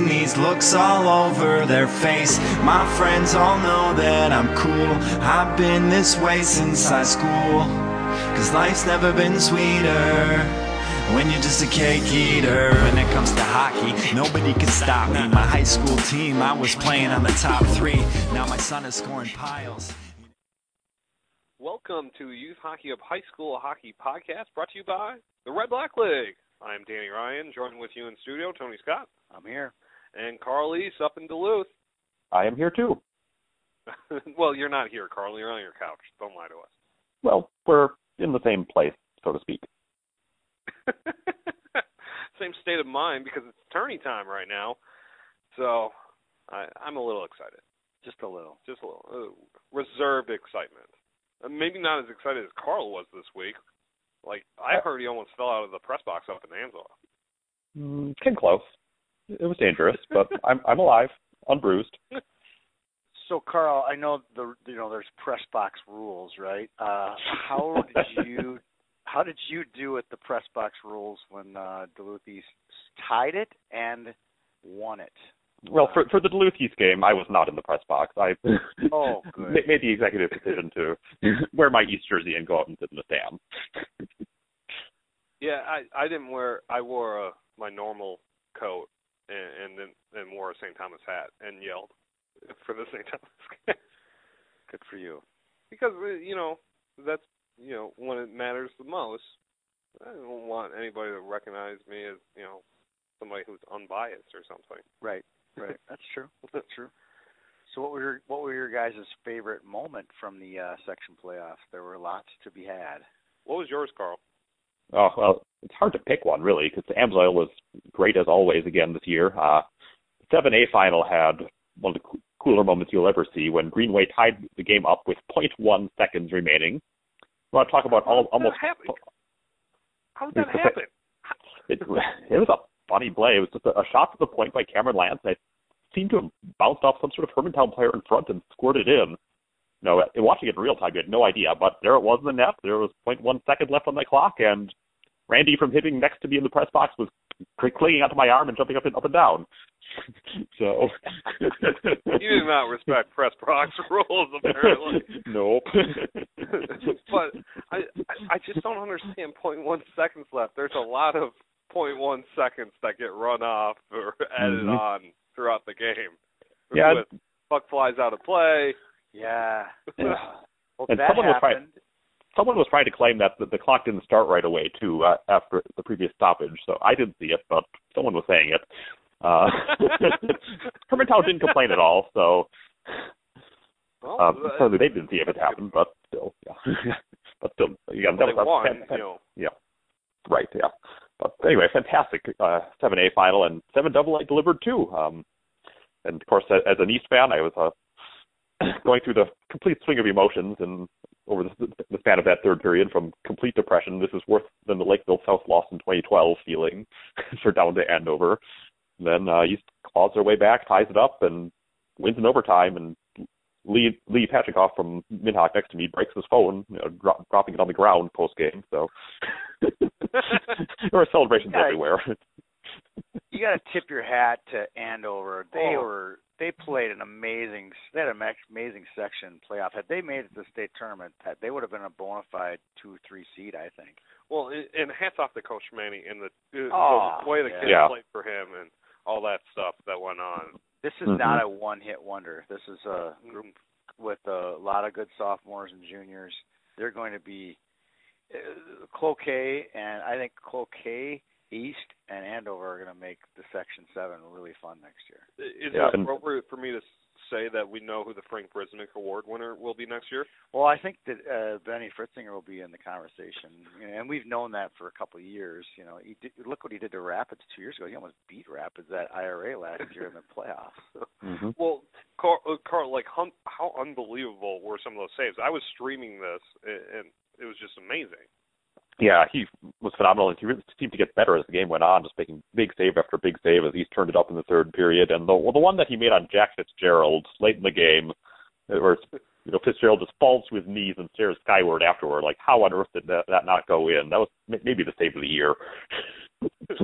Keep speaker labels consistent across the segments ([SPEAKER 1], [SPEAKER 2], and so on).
[SPEAKER 1] praise, looks all over their face. My friends all know that I'm cool. I've been this way since high school. Cause life's never been sweeter. When you're just a cake eater, when it comes to hockey, nobody can stop me. My high school team, I was playing on the top three. Now my son is scoring piles.
[SPEAKER 2] Welcome to Youth Hockey Up High School Hockey Podcast, brought to you by the Red Black League. I'm Danny Ryan, joined with you in studio, Tony Scott.
[SPEAKER 3] I'm here.
[SPEAKER 2] And Carl East up in Duluth.
[SPEAKER 4] I am here too.
[SPEAKER 2] well, you're not here, Carl. You're on your couch. Don't lie to us.
[SPEAKER 4] Well, we're in the same place, so to speak.
[SPEAKER 2] same state of mind because it's tourney time right now. So I, I'm a little excited.
[SPEAKER 3] Just a little.
[SPEAKER 2] Just a little. Uh, reserved excitement. Uh, Maybe not as excited as Carl was this week. Like, I heard he almost fell out of the press box up in Anzal.
[SPEAKER 4] Mm, came close. It was dangerous, but I'm I'm alive, unbruised.
[SPEAKER 3] So Carl, I know the you know there's press box rules, right? Uh, how did you how did you do with the press box rules when uh, Duluth East tied it and won it?
[SPEAKER 4] Well, for for the Duluth East game, I was not in the press box. I
[SPEAKER 3] Oh,
[SPEAKER 4] ma-
[SPEAKER 3] good.
[SPEAKER 4] made the executive decision to wear my East jersey and go out and sit in the stand.
[SPEAKER 2] Yeah, I I didn't wear I wore a, my normal coat and and then and wore a St. Thomas hat and yelled for the St. Thomas game.
[SPEAKER 3] Good for you.
[SPEAKER 2] because uh, you know that's you know when it matters the most. I don't want anybody to recognize me as you know somebody who's unbiased or something.
[SPEAKER 3] Right. Right. That's true. That's true. So what were your, what were your guys' favorite moment from the uh, section playoff? There were lots to be had.
[SPEAKER 2] What was yours, Carl?
[SPEAKER 4] Oh well, it's hard to pick one really because Amsoil was great as always again this year. Uh, Seven A final had one of the coo- cooler moments you'll ever see when Greenway tied the game up with 0.1 seconds remaining. I want to talk about all,
[SPEAKER 2] How did
[SPEAKER 4] almost
[SPEAKER 2] that happen? How did
[SPEAKER 4] It's
[SPEAKER 2] that
[SPEAKER 4] the-
[SPEAKER 2] happen?
[SPEAKER 4] it, it was a funny play. It was just a, a shot to the point by Cameron Lance that seemed to have bounced off some sort of Hermantown player in front and squirted in. No, watching it in real time, you had no idea. But there it was in the net. There was 0.1 second left on the clock, and Randy from hitting next to me in the press box was cl- clinging onto my arm and jumping up and up and down. so
[SPEAKER 2] You did not respect press box rules apparently.
[SPEAKER 4] nope.
[SPEAKER 2] but I, I I just don't understand point one seconds left. There's a lot of point one seconds that get run off or added
[SPEAKER 4] Mhm.
[SPEAKER 2] on throughout the game.
[SPEAKER 4] Yeah.
[SPEAKER 2] With puck flies out of play.
[SPEAKER 3] Yeah.
[SPEAKER 4] Yeah.
[SPEAKER 3] Well,
[SPEAKER 4] And
[SPEAKER 3] that
[SPEAKER 4] someone was right.
[SPEAKER 3] happened.
[SPEAKER 4] someone was trying to claim that the, the clock didn't start right away too uh, after the previous stoppage. So I didn't see it, but someone was saying it. Uh, Hermantown didn't complain at all, so
[SPEAKER 2] Well,
[SPEAKER 4] um,
[SPEAKER 2] that-
[SPEAKER 4] so they didn't see if it happened, but still, yeah, but still, yeah,
[SPEAKER 2] well,
[SPEAKER 4] that
[SPEAKER 2] they
[SPEAKER 4] was
[SPEAKER 2] won,
[SPEAKER 4] fan-
[SPEAKER 2] you know.
[SPEAKER 4] right, yeah. But anyway, fantastic uh, seven A final and seven double A delivered too. Um, and of course, a- as an East fan, I was uh, going through the complete swing of emotions and over the, the span of that third period, from complete depression, this is worse than the Lakeville South loss in 2012 feeling for down to Andover. Then uh, East claws their way back, ties it up, and wins in overtime. And Lee Lee Patrickoff from Minhawk next to me breaks his phone, you know, dro- dropping it on the ground post game. So there were celebrations
[SPEAKER 3] Yeah.
[SPEAKER 4] everywhere.
[SPEAKER 3] You got to tip your hat to Andover. They
[SPEAKER 2] Oh.
[SPEAKER 3] were they played an amazing. They had an ma- amazing section playoff. Had they made it to the state tournament, that they would have been a bona fide two three seed. I think.
[SPEAKER 2] Well, and and hats off to Coach Manny and the,
[SPEAKER 3] Oh,
[SPEAKER 2] the way the
[SPEAKER 3] yeah.
[SPEAKER 2] kids
[SPEAKER 4] Yeah.
[SPEAKER 2] played for him and all that stuff that went on.
[SPEAKER 3] This is
[SPEAKER 4] Mhm.
[SPEAKER 3] not a one hit wonder. This is a group with a lot of good sophomores and juniors. They're going to be uh, Cloquet and I think Cloquet East and Andover are going to make the section seven really fun next year.
[SPEAKER 2] Is
[SPEAKER 4] Yeah,
[SPEAKER 2] it
[SPEAKER 4] and-
[SPEAKER 2] appropriate for me to say that we know who the Frank Brisnick Award winner will be next year?
[SPEAKER 3] Well, I think that uh, Benny Fritzinger will be in the conversation, and we've known that for a couple of years. You know, he did, look what he did to Rapids two years ago. He almost beat Rapids at IRA last year in the playoffs.
[SPEAKER 4] Mm-hmm.
[SPEAKER 2] Well, Carl, uh, Carl like hum, how unbelievable were some of those saves? I was streaming this, a- and it was just amazing.
[SPEAKER 4] Yeah, he was phenomenal, and he really seemed to get better as the game went on, just making big save after big save as he turned it up in the third period. And the well, the one that he made on Jack Fitzgerald late in the game, uh, where you know Fitzgerald just falls to his knees and stares skyward afterward, like how on earth did that, that not go in? That was ma- maybe the save of the year.
[SPEAKER 3] yeah,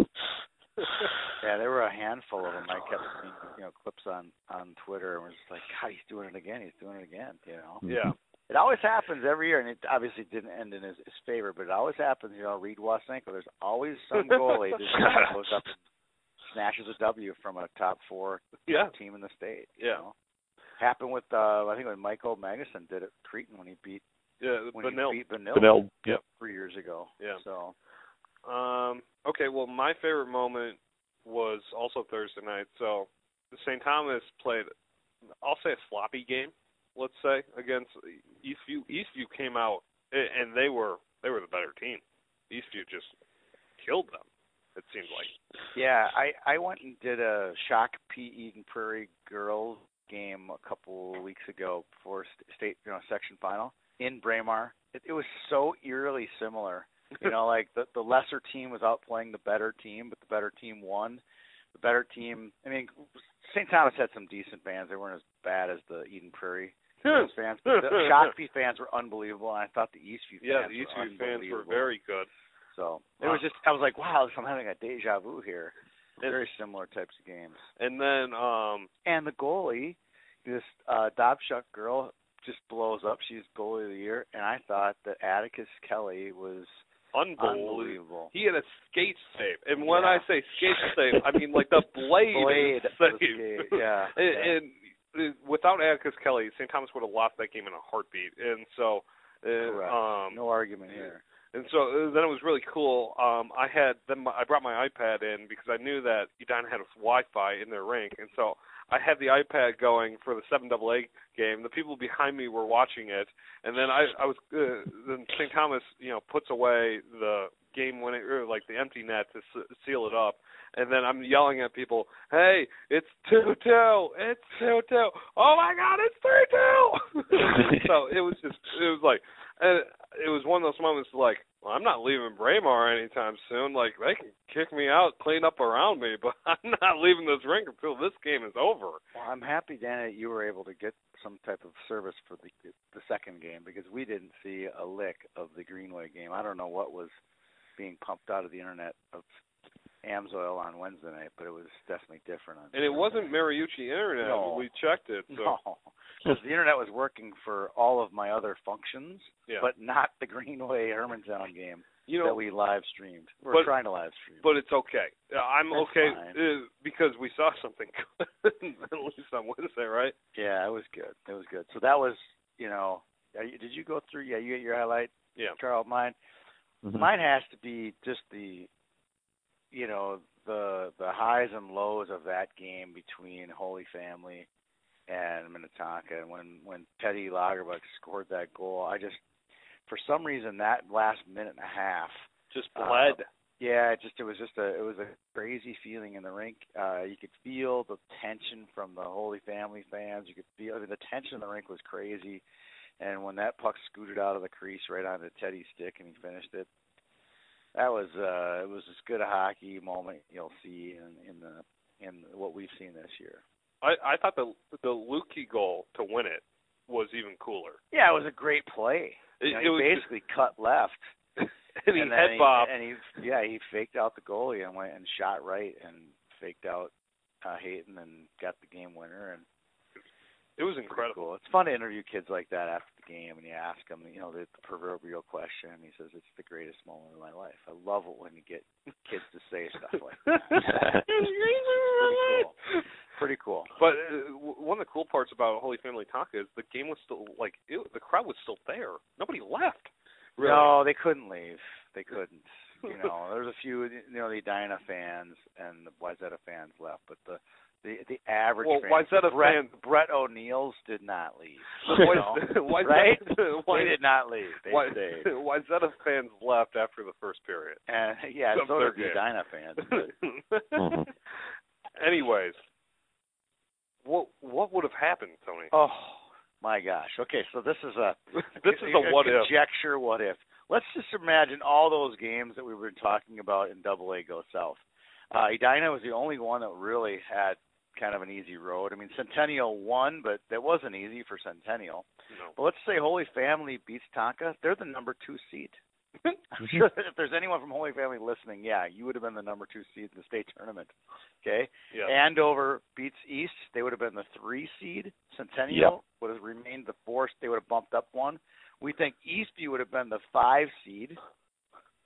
[SPEAKER 3] there were a handful of them. I kept seeing, you know clips on on Twitter, and was just like, God, he's doing it again. He's doing it again. You know.
[SPEAKER 2] yeah.
[SPEAKER 3] It always happens every year, and it obviously didn't end in his, his favor, but it always happens. You know, Reed Wasenko. There's always some goalie that just goes up and snatches a W from a top four
[SPEAKER 2] Yeah.
[SPEAKER 3] team in the state. You
[SPEAKER 2] Yeah.
[SPEAKER 3] know? Happened with uh, I think when Michael Magnuson did it, Creighton when he beat
[SPEAKER 2] Yeah.
[SPEAKER 3] when
[SPEAKER 2] Benil.
[SPEAKER 3] he beat Benil
[SPEAKER 4] Benel, yep.
[SPEAKER 3] three years ago.
[SPEAKER 2] Yeah.
[SPEAKER 3] So
[SPEAKER 2] Um, okay, well, my favorite moment was also Thursday night. So St. Thomas played, I'll say, a sloppy game. Let's say against Eastview. Eastview came out a- and they were they were the better team. Eastview just killed them. It seemed like.
[SPEAKER 3] Yeah, I I went and did a shock P Eden Prairie girls game a couple of weeks ago for st- state you know section final in Braemar. It, it was so eerily similar. You know, like the the lesser team was outplaying the better team, but the better team won. The better team. I mean, St. Thomas had some decent fans. They weren't as bad as the Eden Prairie girls fans. But the Shakopee fans were unbelievable, and I thought the Eastview
[SPEAKER 2] yeah,
[SPEAKER 3] fans
[SPEAKER 2] the Eastview
[SPEAKER 3] were
[SPEAKER 2] fans were
[SPEAKER 3] unbelievable.
[SPEAKER 2] very good.
[SPEAKER 3] So it was just I was like, wow, I'm having a deja vu here. Very similar types of games.
[SPEAKER 2] And then um
[SPEAKER 3] And the goalie, this uh Dobchuk girl, just blows up. She's goalie of the year, and I thought that Atticus Kelly was
[SPEAKER 2] unbelievable.
[SPEAKER 3] unbelievable.
[SPEAKER 2] He had a skate save, and when I
[SPEAKER 3] Yeah.
[SPEAKER 2] say skate save, I mean like the blade,
[SPEAKER 3] Blade
[SPEAKER 2] save.
[SPEAKER 3] of the skate, yeah,
[SPEAKER 2] and,
[SPEAKER 3] yeah.
[SPEAKER 2] and, uh, without Atticus Kelly, St. Thomas would have lost that game in a heartbeat. And so,
[SPEAKER 3] Correct.
[SPEAKER 2] uh, um,
[SPEAKER 3] no argument here.
[SPEAKER 2] and so uh, then it was really cool. Um, I had then my, I brought my iPad in because I knew that Edina had Wi-Fi in their rink, and so I had the iPad going for the seven double A game. The people behind me were watching it, and then I I was uh, then St. Thomas you know puts away the game winning or like the empty net to s- seal it up, and then I'm yelling at people, "Hey, it's two two, it's two two, oh my God, it's three two. so it was just it was like and it was one of those moments like, well, I'm not leaving Braemar anytime soon. Like they can kick me out, clean up around me, but I'm not leaving this rink until this game is over.
[SPEAKER 3] Well, I'm happy, Dan, that you were able to get some type of service for the the second game because we didn't see a lick of the Greenway game. I don't know what was being pumped out of the internet of Amsoil on Wednesday night, but it was definitely different. On
[SPEAKER 2] And it
[SPEAKER 3] Thursday
[SPEAKER 2] wasn't
[SPEAKER 3] night.
[SPEAKER 2] Mariucci Internet.
[SPEAKER 3] No.
[SPEAKER 2] We checked it. So
[SPEAKER 3] No, 'Cause the internet was working for all of my other functions,
[SPEAKER 2] yeah.
[SPEAKER 3] but not the Greenway Hermantown game
[SPEAKER 2] you know
[SPEAKER 3] that we live streamed. We're
[SPEAKER 2] but-
[SPEAKER 3] trying to live stream.
[SPEAKER 2] but it's okay. Uh, I'm
[SPEAKER 3] That's
[SPEAKER 2] okay
[SPEAKER 3] fine.
[SPEAKER 2] uh, because we saw something good at least on Wednesday, right?
[SPEAKER 3] yeah, it was good. It was good. So that was, you know, are you- did you go through? Yeah, you get your highlight,
[SPEAKER 2] Yeah.
[SPEAKER 3] Carl. Mine,
[SPEAKER 4] Mm-hmm.
[SPEAKER 3] mine has to be just the you know the the highs and lows of that game between Holy Family and Minnetonka and when when Teddy Lagerbuck scored that goal I just for some reason that last minute and a half
[SPEAKER 2] Just
[SPEAKER 3] Uh,
[SPEAKER 2] bled.
[SPEAKER 3] yeah it just it was just a it was a crazy feeling in the rink uh you could feel the tension from the Holy Family fans you could feel I mean the tension in the rink was crazy and when that puck scooted out of the crease right onto Teddy's stick and he finished it that was uh it was as good a hockey moment you'll see in in the in what we've seen this year.
[SPEAKER 2] I I thought the the Lukey goal to win it was even cooler.
[SPEAKER 3] Yeah, it was a great play.
[SPEAKER 2] It,
[SPEAKER 3] You know,
[SPEAKER 2] it was
[SPEAKER 3] he basically cut left
[SPEAKER 2] and he
[SPEAKER 3] then
[SPEAKER 2] head bobbed.
[SPEAKER 3] and he yeah, he faked out the goalie and went and shot right and faked out uh Hayden and got the game winner and
[SPEAKER 2] It was
[SPEAKER 3] pretty
[SPEAKER 2] incredible.
[SPEAKER 3] cool. It's fun to interview kids like that after the game and you ask them, you know, the, the proverbial question and he says it's the greatest moment of my life. I love it when you get kids to say stuff like that. pretty cool. Pretty cool.
[SPEAKER 2] But uh, w- one of the cool parts about Holy Family Taka is the game was still like it, the crowd was still there. Nobody left. Really.
[SPEAKER 3] No, they couldn't leave. They couldn't. You know, there's a few, you know, the Edina fans and the Wyzetta fans left, but the the the average
[SPEAKER 2] Well,
[SPEAKER 3] fans, the
[SPEAKER 2] Wayzata
[SPEAKER 3] Brett,
[SPEAKER 2] fans-
[SPEAKER 3] Brett O'Neill's did not leave.
[SPEAKER 2] The
[SPEAKER 3] you
[SPEAKER 2] Why,
[SPEAKER 3] know?
[SPEAKER 2] why,
[SPEAKER 3] right?
[SPEAKER 2] Why,
[SPEAKER 3] they did not leave. They
[SPEAKER 2] why,
[SPEAKER 3] stayed.
[SPEAKER 2] why Zeta fans left after the first period?
[SPEAKER 3] And yeah,
[SPEAKER 2] Some
[SPEAKER 3] so
[SPEAKER 2] third
[SPEAKER 3] did the
[SPEAKER 2] game.
[SPEAKER 3] Edina fans. But
[SPEAKER 4] Mhm.
[SPEAKER 2] Anyways, what what would have happened, Tony?
[SPEAKER 3] Oh my gosh. Okay, so this is a
[SPEAKER 2] this is a what if.
[SPEAKER 3] conjecture what if. Let's just imagine all those games that we've been talking about in Double A go south. Uh, Edina was the only one that really had kind of an easy road. I mean, Centennial won, but that wasn't easy for Centennial.
[SPEAKER 2] No.
[SPEAKER 3] But let's say Holy Family beats Tonka; they're the number two seed. I'm
[SPEAKER 2] Mm-hmm.
[SPEAKER 3] sure that if there's anyone from Holy Family listening, yeah, you would have been the number two seed in the state tournament. Okay,
[SPEAKER 2] Yeah.
[SPEAKER 3] Andover beats East. They would have been the three seed. Centennial
[SPEAKER 4] Yep.
[SPEAKER 3] would have remained the four. They would have bumped up one. We think Eastview would have been the five seed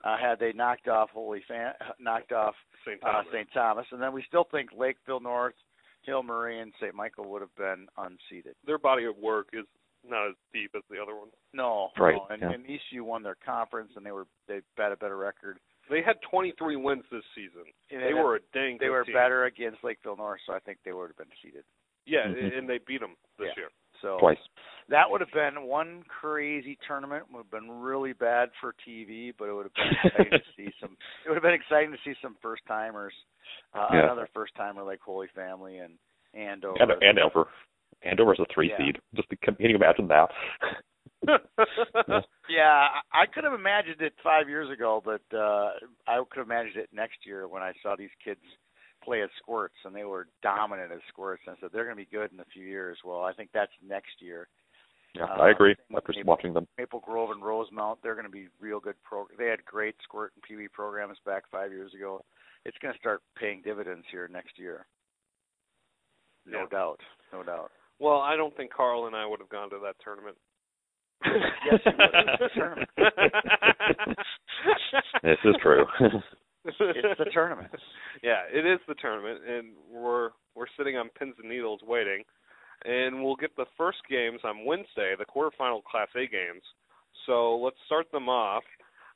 [SPEAKER 3] uh, had they knocked off Holy Fan, knocked off
[SPEAKER 2] St.
[SPEAKER 3] uh,
[SPEAKER 2] Thomas.
[SPEAKER 3] St. Thomas, and then we still think Lakeville North, Hill Murray, and St. Michael would have been unseeded.
[SPEAKER 2] Their body of work is not as deep as the other one.
[SPEAKER 3] No,
[SPEAKER 4] Right,
[SPEAKER 3] no, and,
[SPEAKER 4] yeah.
[SPEAKER 3] and ECU won their conference, and they were they had a better record.
[SPEAKER 2] They had 23 wins this season.
[SPEAKER 3] And
[SPEAKER 2] They were a dang.
[SPEAKER 3] they
[SPEAKER 2] good
[SPEAKER 3] were
[SPEAKER 2] team.
[SPEAKER 3] better against Lakeville North, so I think they would have been seeded.
[SPEAKER 2] Yeah,
[SPEAKER 4] Mhm.
[SPEAKER 2] and they beat them this
[SPEAKER 3] Yeah.
[SPEAKER 2] year.
[SPEAKER 3] So
[SPEAKER 4] Twice.
[SPEAKER 3] that would have been one crazy tournament. Would have been really bad for TV, but it would have been exciting to see some. It would have been exciting to see some first timers, uh,
[SPEAKER 4] Yeah.
[SPEAKER 3] another first timer like Holy Family and Andover.
[SPEAKER 4] And Andover. Andover's a three
[SPEAKER 3] Yeah.
[SPEAKER 4] seed. Just can you imagine that?
[SPEAKER 3] Yeah, I I could have imagined it five years ago, but uh I could have imagined it next year when I saw these kids play as squirts and they were dominant as squirts and I said they're gonna be good in a few years. Well I think that's next year.
[SPEAKER 4] Yeah,
[SPEAKER 3] Uh,
[SPEAKER 4] I agree.
[SPEAKER 3] same with
[SPEAKER 4] After
[SPEAKER 3] Maple.
[SPEAKER 4] watching them,
[SPEAKER 3] Maple Grove and Rosemount, they're gonna be real good pro they had great squirt and Pee Wee programs back five years ago. It's gonna start paying dividends here next year. No
[SPEAKER 2] Yeah.
[SPEAKER 3] doubt. No doubt.
[SPEAKER 2] Well, I don't think Carl and I would have gone to that tournament.
[SPEAKER 3] Yes, you would. Sure.
[SPEAKER 4] this is true.
[SPEAKER 3] It's the tournament.
[SPEAKER 2] yeah, it is the tournament, and we're we're sitting on pins and needles waiting, and we'll get the first games on Wednesday, the quarterfinal Class A games. So let's start them off.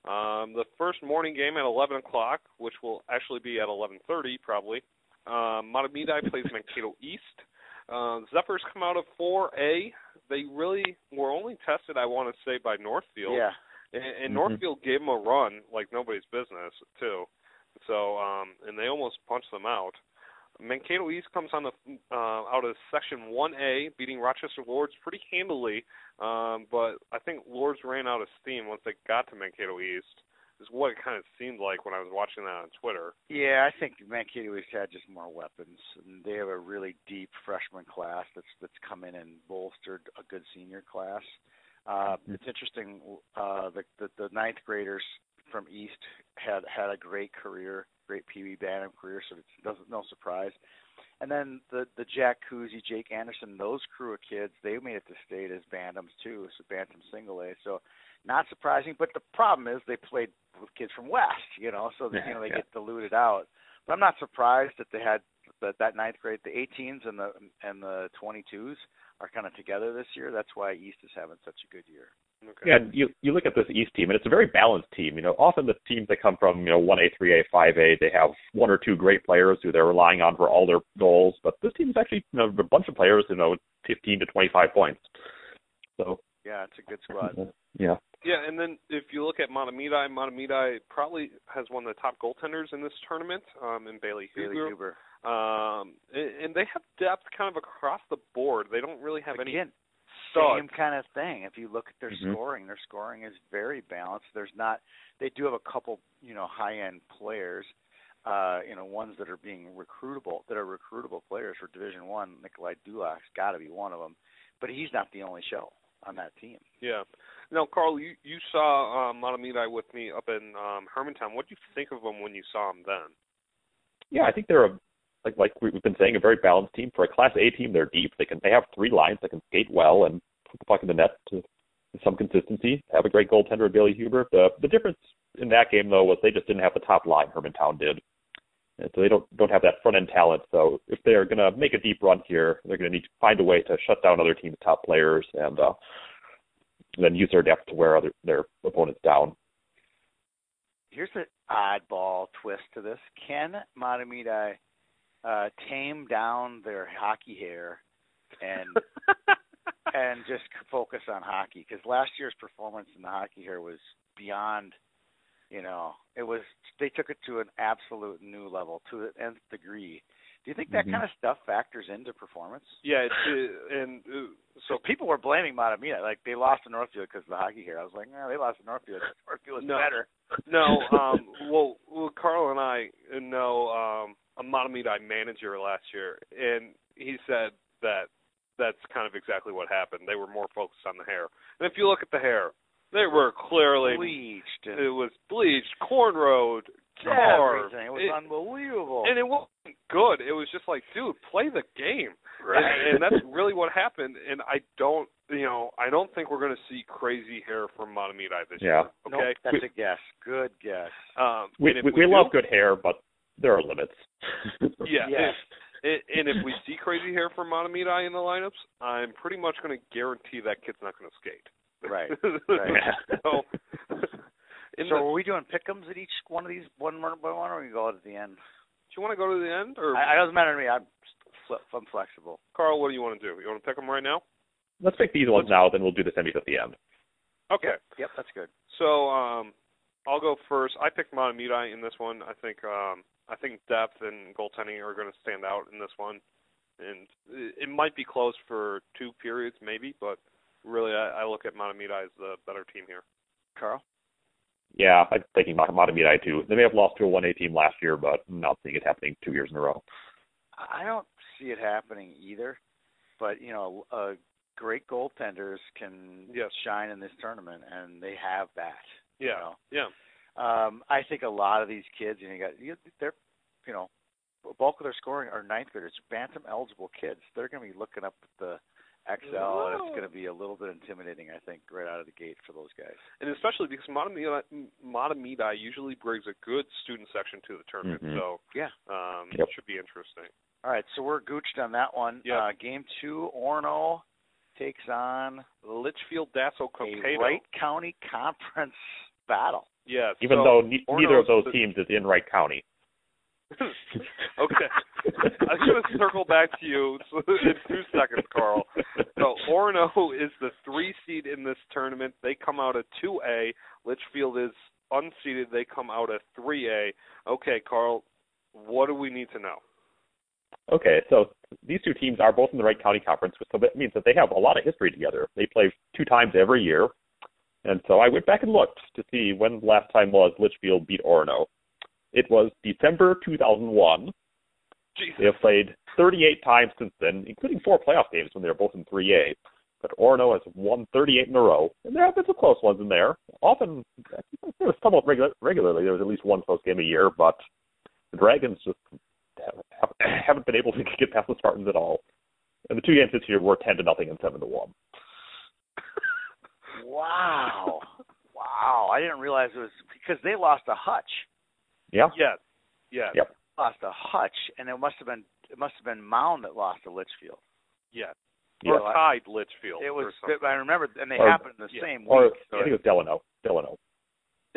[SPEAKER 2] Um, the first morning game at 11 o'clock, which will actually be at 11:30 probably. Um, Matamidi plays Mankato East. Um, Zephyrs come out of 4A. They really were only tested, I want to say, by Northfield.
[SPEAKER 3] Yeah.
[SPEAKER 2] And, and
[SPEAKER 4] Mhm.
[SPEAKER 2] Northfield gave them a run like nobody's business too. So um, and they almost punched them out. Mankato East comes on the uh, out of Section 1A, beating Rochester Lords pretty handily. Um, but I think Lords ran out of steam once they got to Mankato East. Is what it kind of seemed like when I was watching that on Twitter.
[SPEAKER 3] Yeah, I think Mankato has had just more weapons, and they have a really deep freshman class that's that's come in and bolstered a good senior class. Uh,
[SPEAKER 4] Mhm.
[SPEAKER 3] It's interesting. Uh, the, the the ninth graders from East had had a great career, great Pee Wee Bantam career, so it's doesn't no surprise. And then the the Jack Cousy, Jake Anderson, those crew of kids, they made it to state as Bantams too, so Bantam single A. So not surprising. But the problem is they played with kids from West, you know, so that, you know they
[SPEAKER 4] Yeah.
[SPEAKER 3] get diluted out. But I'm not surprised that they had that that ninth grade, the 18s and the and the 22s are kind of together this year. That's why East is having such a good year.
[SPEAKER 2] Okay.
[SPEAKER 4] yeah, and you you look at this East team, and it's a very balanced team. You know, often the teams that come from you know one A, three A, five A, they have one or two great players who they're relying on for all their goals. But this team's actually you know, a bunch of players, you know, fifteen to twenty five points. So
[SPEAKER 3] Yeah, it's a good squad.
[SPEAKER 4] yeah,
[SPEAKER 2] Yeah, and then if you look at Matamidi, Matamidi probably has one of the top goaltenders in this tournament, um, in Bailey Huger.
[SPEAKER 3] Really Huber.
[SPEAKER 2] Um, and, and they have depth kind of across the board. They don't really have any
[SPEAKER 3] Again, same
[SPEAKER 2] studs.
[SPEAKER 3] kind of thing. If you look at their
[SPEAKER 4] Mhm.
[SPEAKER 3] scoring, their scoring is very balanced. There's not they do have a couple, you know, high end players, uh, you know, ones that are being recruitable that are recruitable players for Division One. Nikolai Dulak's got to be one of them, but he's not the only show on that team.
[SPEAKER 2] Yeah. Now, Carl, you you saw uh, Matamidi with me up in um, Hermantown. What did you think of him when you saw him then?
[SPEAKER 4] yeah, I think they're a like like we've been saying a very balanced team for a Class A team. They're deep. They can they have three lines that can skate well and put the puck in the net to with some consistency. Have a great goaltender, Bailey Huber. The the difference in that game though was they just didn't have the top line. Hermantown did, and so they don't don't have that front end talent. So if they are going to make a deep run here, they're going to need to find a way to shut down other teams' top players and uh, then use their depth to wear other their opponents down.
[SPEAKER 3] Here's an oddball twist to this: Can Matamidi uh, tame down their hockey hair and and just c- focus on hockey because last year's performance in the hockey here was beyond you know it was they took it to an absolute new level to the nth degree do you think that
[SPEAKER 4] Mhm.
[SPEAKER 3] kind of stuff factors into performance
[SPEAKER 2] Yeah, it's, uh, and uh, so
[SPEAKER 3] so people were blaming Matamina like they lost to northfield because of the hockey here i was like no they lost to northfield 'cause northfield was
[SPEAKER 2] No.
[SPEAKER 3] better
[SPEAKER 2] no, um, well, well, Carl and I know um, a Matamidi manager last year, and he said that that's kind of exactly what happened. They were more focused on the hair, and if you look at the hair, They were clearly
[SPEAKER 3] bleached
[SPEAKER 2] it
[SPEAKER 3] and
[SPEAKER 2] was bleached, cornroad, tar,
[SPEAKER 3] everything. It was
[SPEAKER 2] it-
[SPEAKER 3] unbelievable.
[SPEAKER 2] and it wasn't good. It was just like, dude, play the game.
[SPEAKER 3] right.
[SPEAKER 2] And, and that's really what happened. And I don't, you know, I don't think we're going to see crazy hair from Matamidai this
[SPEAKER 4] Yeah.
[SPEAKER 2] year. Okay.
[SPEAKER 3] Nope, that's a guess. Good guess.
[SPEAKER 2] Um,
[SPEAKER 4] We
[SPEAKER 2] and if
[SPEAKER 4] we,
[SPEAKER 2] we
[SPEAKER 4] we love
[SPEAKER 2] do-
[SPEAKER 4] good hair, but there are limits.
[SPEAKER 2] Yeah.
[SPEAKER 3] Yes.
[SPEAKER 2] And, and if we see crazy hair from Matamidai in the lineups, I'm pretty much going to guarantee that kid's not going to skate.
[SPEAKER 3] Right.
[SPEAKER 4] right.
[SPEAKER 2] so, in
[SPEAKER 3] so
[SPEAKER 2] the,
[SPEAKER 3] were we doing pickums at each one of these one by one, or we go out at the end?
[SPEAKER 2] do you want to go to the end, or
[SPEAKER 3] I, it doesn't matter to me. I'm fl- I'm flexible.
[SPEAKER 2] Carl, what do you want to do? You want to pick them right now?
[SPEAKER 4] Let's pick these ones now, then we'll do the semis at the end.
[SPEAKER 2] Okay.
[SPEAKER 3] Yep, that's good.
[SPEAKER 2] So um, I'll go first. I picked Matamidai in this one. I think um, I think depth and goaltending are going to stand out in this one, and it it might be close for two periods, maybe. But really, I, I look at Matamidai as the better team here.
[SPEAKER 3] Carl.
[SPEAKER 4] Yeah, I'm thinking Mat- Matamidai too. They may have lost to a 1A team last year, but not seeing it happening two years in a row.
[SPEAKER 3] I don't see it happening either, but you know, uh, great goaltenders can
[SPEAKER 2] Yes.
[SPEAKER 3] shine in this tournament, and they have that.
[SPEAKER 2] Yeah,
[SPEAKER 3] You know?
[SPEAKER 2] yeah,
[SPEAKER 3] Um, I think a lot of these kids, you know, you got you, they're, you know, bulk of their scoring are ninth graders, bantam eligible kids. They're going to be looking up at the XL, and it's
[SPEAKER 2] Whoa.
[SPEAKER 3] going to be a little bit intimidating, I think, right out of the gate for those guys.
[SPEAKER 2] and especially because Matamidai, Matamidai usually brings a good student section to the tournament,
[SPEAKER 4] Mhm.
[SPEAKER 2] so
[SPEAKER 3] Yeah.
[SPEAKER 2] um,
[SPEAKER 4] Yep.
[SPEAKER 2] it should be interesting.
[SPEAKER 3] All right, so we're gooched on that one.
[SPEAKER 2] Yeah.
[SPEAKER 3] Uh, game two, Orno takes on
[SPEAKER 2] Litchfield Dasso
[SPEAKER 3] a
[SPEAKER 2] Cocado.
[SPEAKER 3] Wright County Conference battle.
[SPEAKER 2] Yes.
[SPEAKER 4] Even
[SPEAKER 2] so-
[SPEAKER 4] though ne-
[SPEAKER 2] Orno
[SPEAKER 4] neither of those
[SPEAKER 2] is-
[SPEAKER 4] teams is in Wright County.
[SPEAKER 2] okay. I'm going to circle back to you in two seconds, Carl. So Orono is the three seed in this tournament. They come out at two A. Litchfield is unseeded. They come out at three A. Okay, Carl, what do we need to know?
[SPEAKER 4] Okay, so these two teams are both in the Wright County Conference, so that means that they have a lot of history together. They play two times every year, and so I went back and looked to see when the last time was Litchfield beat Orono. It was December 2001. They
[SPEAKER 2] Jesus.
[SPEAKER 4] have played 38 times since then, including four playoff games when they were both in 3A. But Orono has won 38 in a row, and there have been some close ones in there. Often, there was somewhat regu- regularly, there was at least one close game a year, but the Dragons just have- haven't been able to get past the Spartans at all. And the two games this year were 10 to nothing and 7 to 1.
[SPEAKER 3] Wow. wow. I didn't realize it was because they lost a hutch.
[SPEAKER 4] Yeah?
[SPEAKER 2] Yes. Yes.
[SPEAKER 4] Yep.
[SPEAKER 3] Lost a hutch and it must have been it must have been Mound that lost to Litchfield.
[SPEAKER 2] Yes.
[SPEAKER 4] Yeah.
[SPEAKER 2] Or tied Litchfield.
[SPEAKER 3] It
[SPEAKER 2] or
[SPEAKER 3] was
[SPEAKER 2] something.
[SPEAKER 3] I remember and they
[SPEAKER 4] Or-
[SPEAKER 3] happened in the
[SPEAKER 2] yeah.
[SPEAKER 3] same
[SPEAKER 4] Or,
[SPEAKER 3] week.
[SPEAKER 4] I think it was Delano. Delano.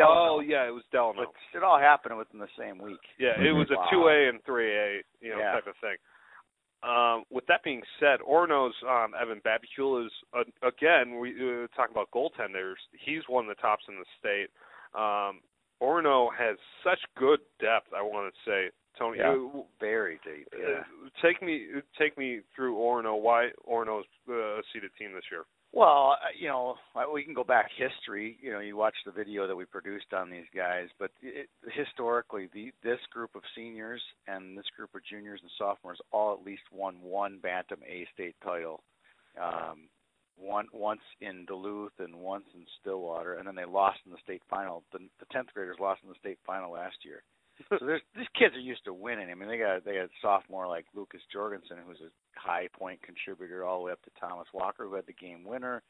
[SPEAKER 2] Oh yeah, it was Delano.
[SPEAKER 3] But it all happened within the same week.
[SPEAKER 2] Yeah, it was
[SPEAKER 3] Wow.
[SPEAKER 2] a two A and three A, you know,
[SPEAKER 3] Yeah.
[SPEAKER 2] type of thing. Um, with that being said, Orno's um, Evan Babicule is uh, again we uh, talk about goaltenders. He's one of the tops in the state. Um, Orno has such good depth. I want to say, Tony,
[SPEAKER 4] Yeah.
[SPEAKER 2] uh,
[SPEAKER 3] Very deep. Yeah.
[SPEAKER 2] uh, take me take me through Orno. Why Orno's uh, a seeded team this year?
[SPEAKER 3] Well, uh, you know, uh, we can go back history. You know, you watch the video that we produced on these guys, but it, historically, the, this group of seniors and this group of juniors and sophomores all at least won one Bantam A state title, um, one once in Duluth and once in Stillwater, and then they lost in the state final. The, the tenth graders lost in the state final last year. So there's, these kids are used to winning. I mean, they got they got a sophomore like Lucas Jorgensen, who's a high point contributor, all the way up to Thomas Walker, who had the game winner.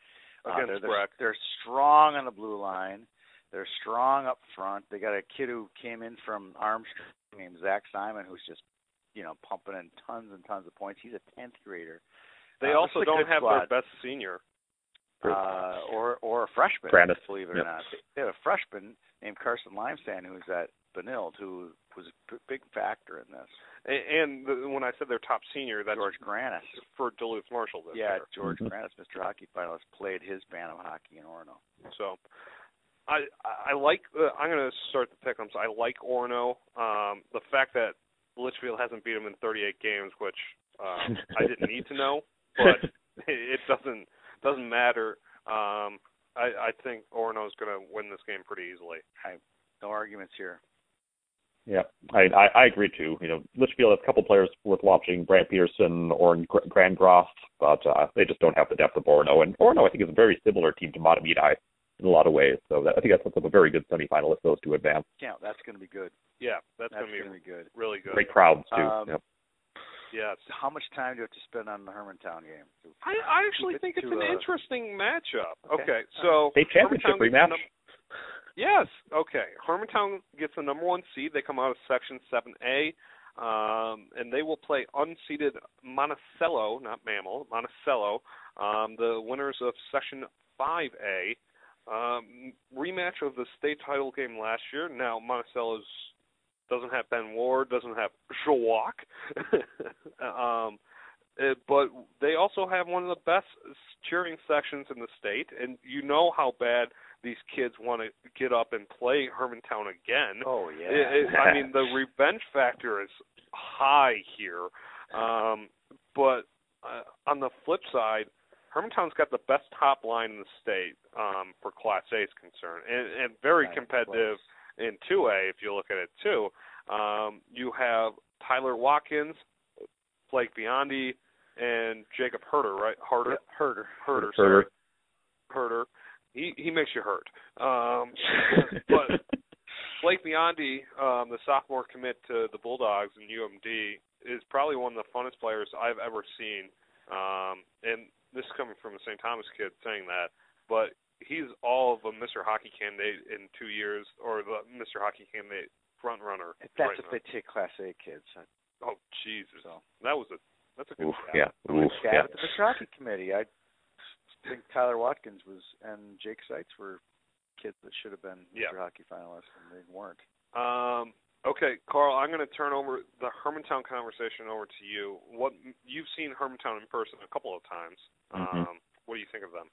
[SPEAKER 3] Uh,
[SPEAKER 2] Against
[SPEAKER 3] they're, they're,
[SPEAKER 2] Breck.
[SPEAKER 3] they're strong on the blue line. They're strong up front. They got a kid who came in from Armstrong named Zach Simon, who's just you know pumping in tons and tons of points. He's a tenth grader.
[SPEAKER 2] They
[SPEAKER 3] Uh, this
[SPEAKER 2] also
[SPEAKER 3] is a
[SPEAKER 2] don't
[SPEAKER 3] good
[SPEAKER 2] have
[SPEAKER 3] squad
[SPEAKER 2] their best senior.
[SPEAKER 3] uh, or or a freshman,
[SPEAKER 4] Brandis.
[SPEAKER 3] believe it or
[SPEAKER 4] Yep.
[SPEAKER 3] not. They- They had a freshman named Carson Limesand who was at Benilde, who was a b- big factor in this.
[SPEAKER 2] A- And the, when I said their top senior, that's
[SPEAKER 3] George Granis.
[SPEAKER 2] for Duluth Marshall this
[SPEAKER 3] Yeah,
[SPEAKER 2] year.
[SPEAKER 3] George
[SPEAKER 4] Mhm.
[SPEAKER 3] Granis, Mr. Hockey finalist, played his band of hockey in Orono.
[SPEAKER 2] So I I I like uh, I'm going to start the pickums. I like Orno. Um the fact that Litchfield hasn't beat him in 38 games, which um I didn't need to know, but it doesn't doesn't matter. Um I I think Orno's going to win this game pretty easily.
[SPEAKER 3] I, no arguments here.
[SPEAKER 4] Yeah, I, I I agree too. You know, Litchfield has a couple players worth watching: Brant Peterson, Orin Gr- Grand Gross, but uh, they just don't have the depth of Orono. And Orono, I think, is a very similar team to Matamidi. in a lot of ways. So that, I think that sets up a very good semifinal if those two advance.
[SPEAKER 3] Yeah, that's going to be good.
[SPEAKER 2] Yeah, that's,
[SPEAKER 3] That's
[SPEAKER 2] gonna be
[SPEAKER 3] going to be good.
[SPEAKER 2] really good.
[SPEAKER 4] Great crowds too.
[SPEAKER 3] Um,
[SPEAKER 4] Yep.
[SPEAKER 2] Yes.
[SPEAKER 3] How much time do you have to spend on the Hermantown game?
[SPEAKER 2] I, I actually
[SPEAKER 3] Keep it
[SPEAKER 2] think it's
[SPEAKER 3] to,
[SPEAKER 2] an
[SPEAKER 3] uh,
[SPEAKER 2] interesting matchup.
[SPEAKER 3] okay.
[SPEAKER 2] Okay, so
[SPEAKER 4] State championship
[SPEAKER 2] Hermantown gets
[SPEAKER 4] rematch.
[SPEAKER 2] the num- yes. Okay, Hermantown gets the number one seed. They come out of Section Seven A, um, and they will play unseeded Monticello, not Mammal, Monticello, um, the winners of Section Five A. Um, rematch of the state title game last year. Now Monticello's doesn't have Ben Ward, doesn't have Shawak. um, uh, but they also have one of the best cheering sections in the state, and you know how bad these kids want to get up and play Hermantown again.
[SPEAKER 3] Oh yeah.
[SPEAKER 2] It- it- I mean, the revenge factor is high here. Um, but uh, on the flip side, Hermantown's got the best top line in the state um, for Class A is concerned, and, and very
[SPEAKER 3] Right,
[SPEAKER 2] competitive in 2A if you look at it too. Um, you have Tyler Watkins, Blake Biondi, and Jacob Herder, right? Herder, Herder, Herder, sorry. Herder. He he makes you hurt. Um, but Blake Biondi, um, the sophomore commit to the Bulldogs and UMD, is probably one of the funnest players I've ever seen. Um, and this is coming from a St. Thomas kid saying that, but he's all of a Mr. Hockey candidate in two years, or the Mr. Hockey candidate front runner.
[SPEAKER 3] If that's
[SPEAKER 2] right
[SPEAKER 3] if
[SPEAKER 2] now.
[SPEAKER 3] they take Class A kids.
[SPEAKER 2] Oh Jesus,
[SPEAKER 3] So
[SPEAKER 2] that was a that's a good
[SPEAKER 4] Oof,
[SPEAKER 2] stab.
[SPEAKER 4] yeah. Oof, yeah.
[SPEAKER 3] yeah, but the Petrocki committee. I think Tyler Watkins was and Jake Seitz were kids that should have been
[SPEAKER 2] Yeah.
[SPEAKER 3] Mr. hockey finalists and they weren't.
[SPEAKER 2] Um, okay, Carl, I'm going to turn over the Hermantown conversation over to you. What you've seen Hermantown in person a couple of times.
[SPEAKER 4] Mhm.
[SPEAKER 2] Um, what do you think of them?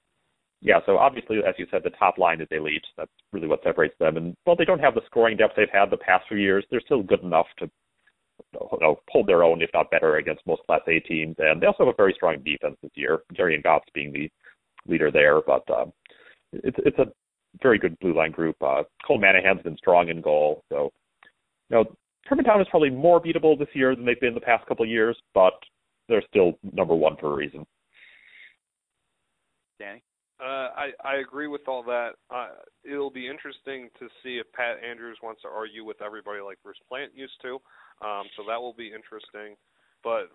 [SPEAKER 4] Yeah, so obviously, as you said, the top line is elite. That's really what separates them. And while they don't have the scoring depth they've had the past few years, they're still good enough to you know, hold their own, if not better, against most Class A teams. And they also have a very strong defense this year. Jerry and Gotts being the leader there, but um, it's it's a very good blue line group. Uh, Cole Manahan's been strong in goal, so you know Hermantown is probably more beatable this year than they've been the past couple of years, but they're still number one for a reason.
[SPEAKER 3] Danny?
[SPEAKER 2] Uh, I I agree with all that. Uh, it'll be interesting to see if Pat Andrews wants to argue with everybody like Bruce Plant used to. Um, so that will be interesting. But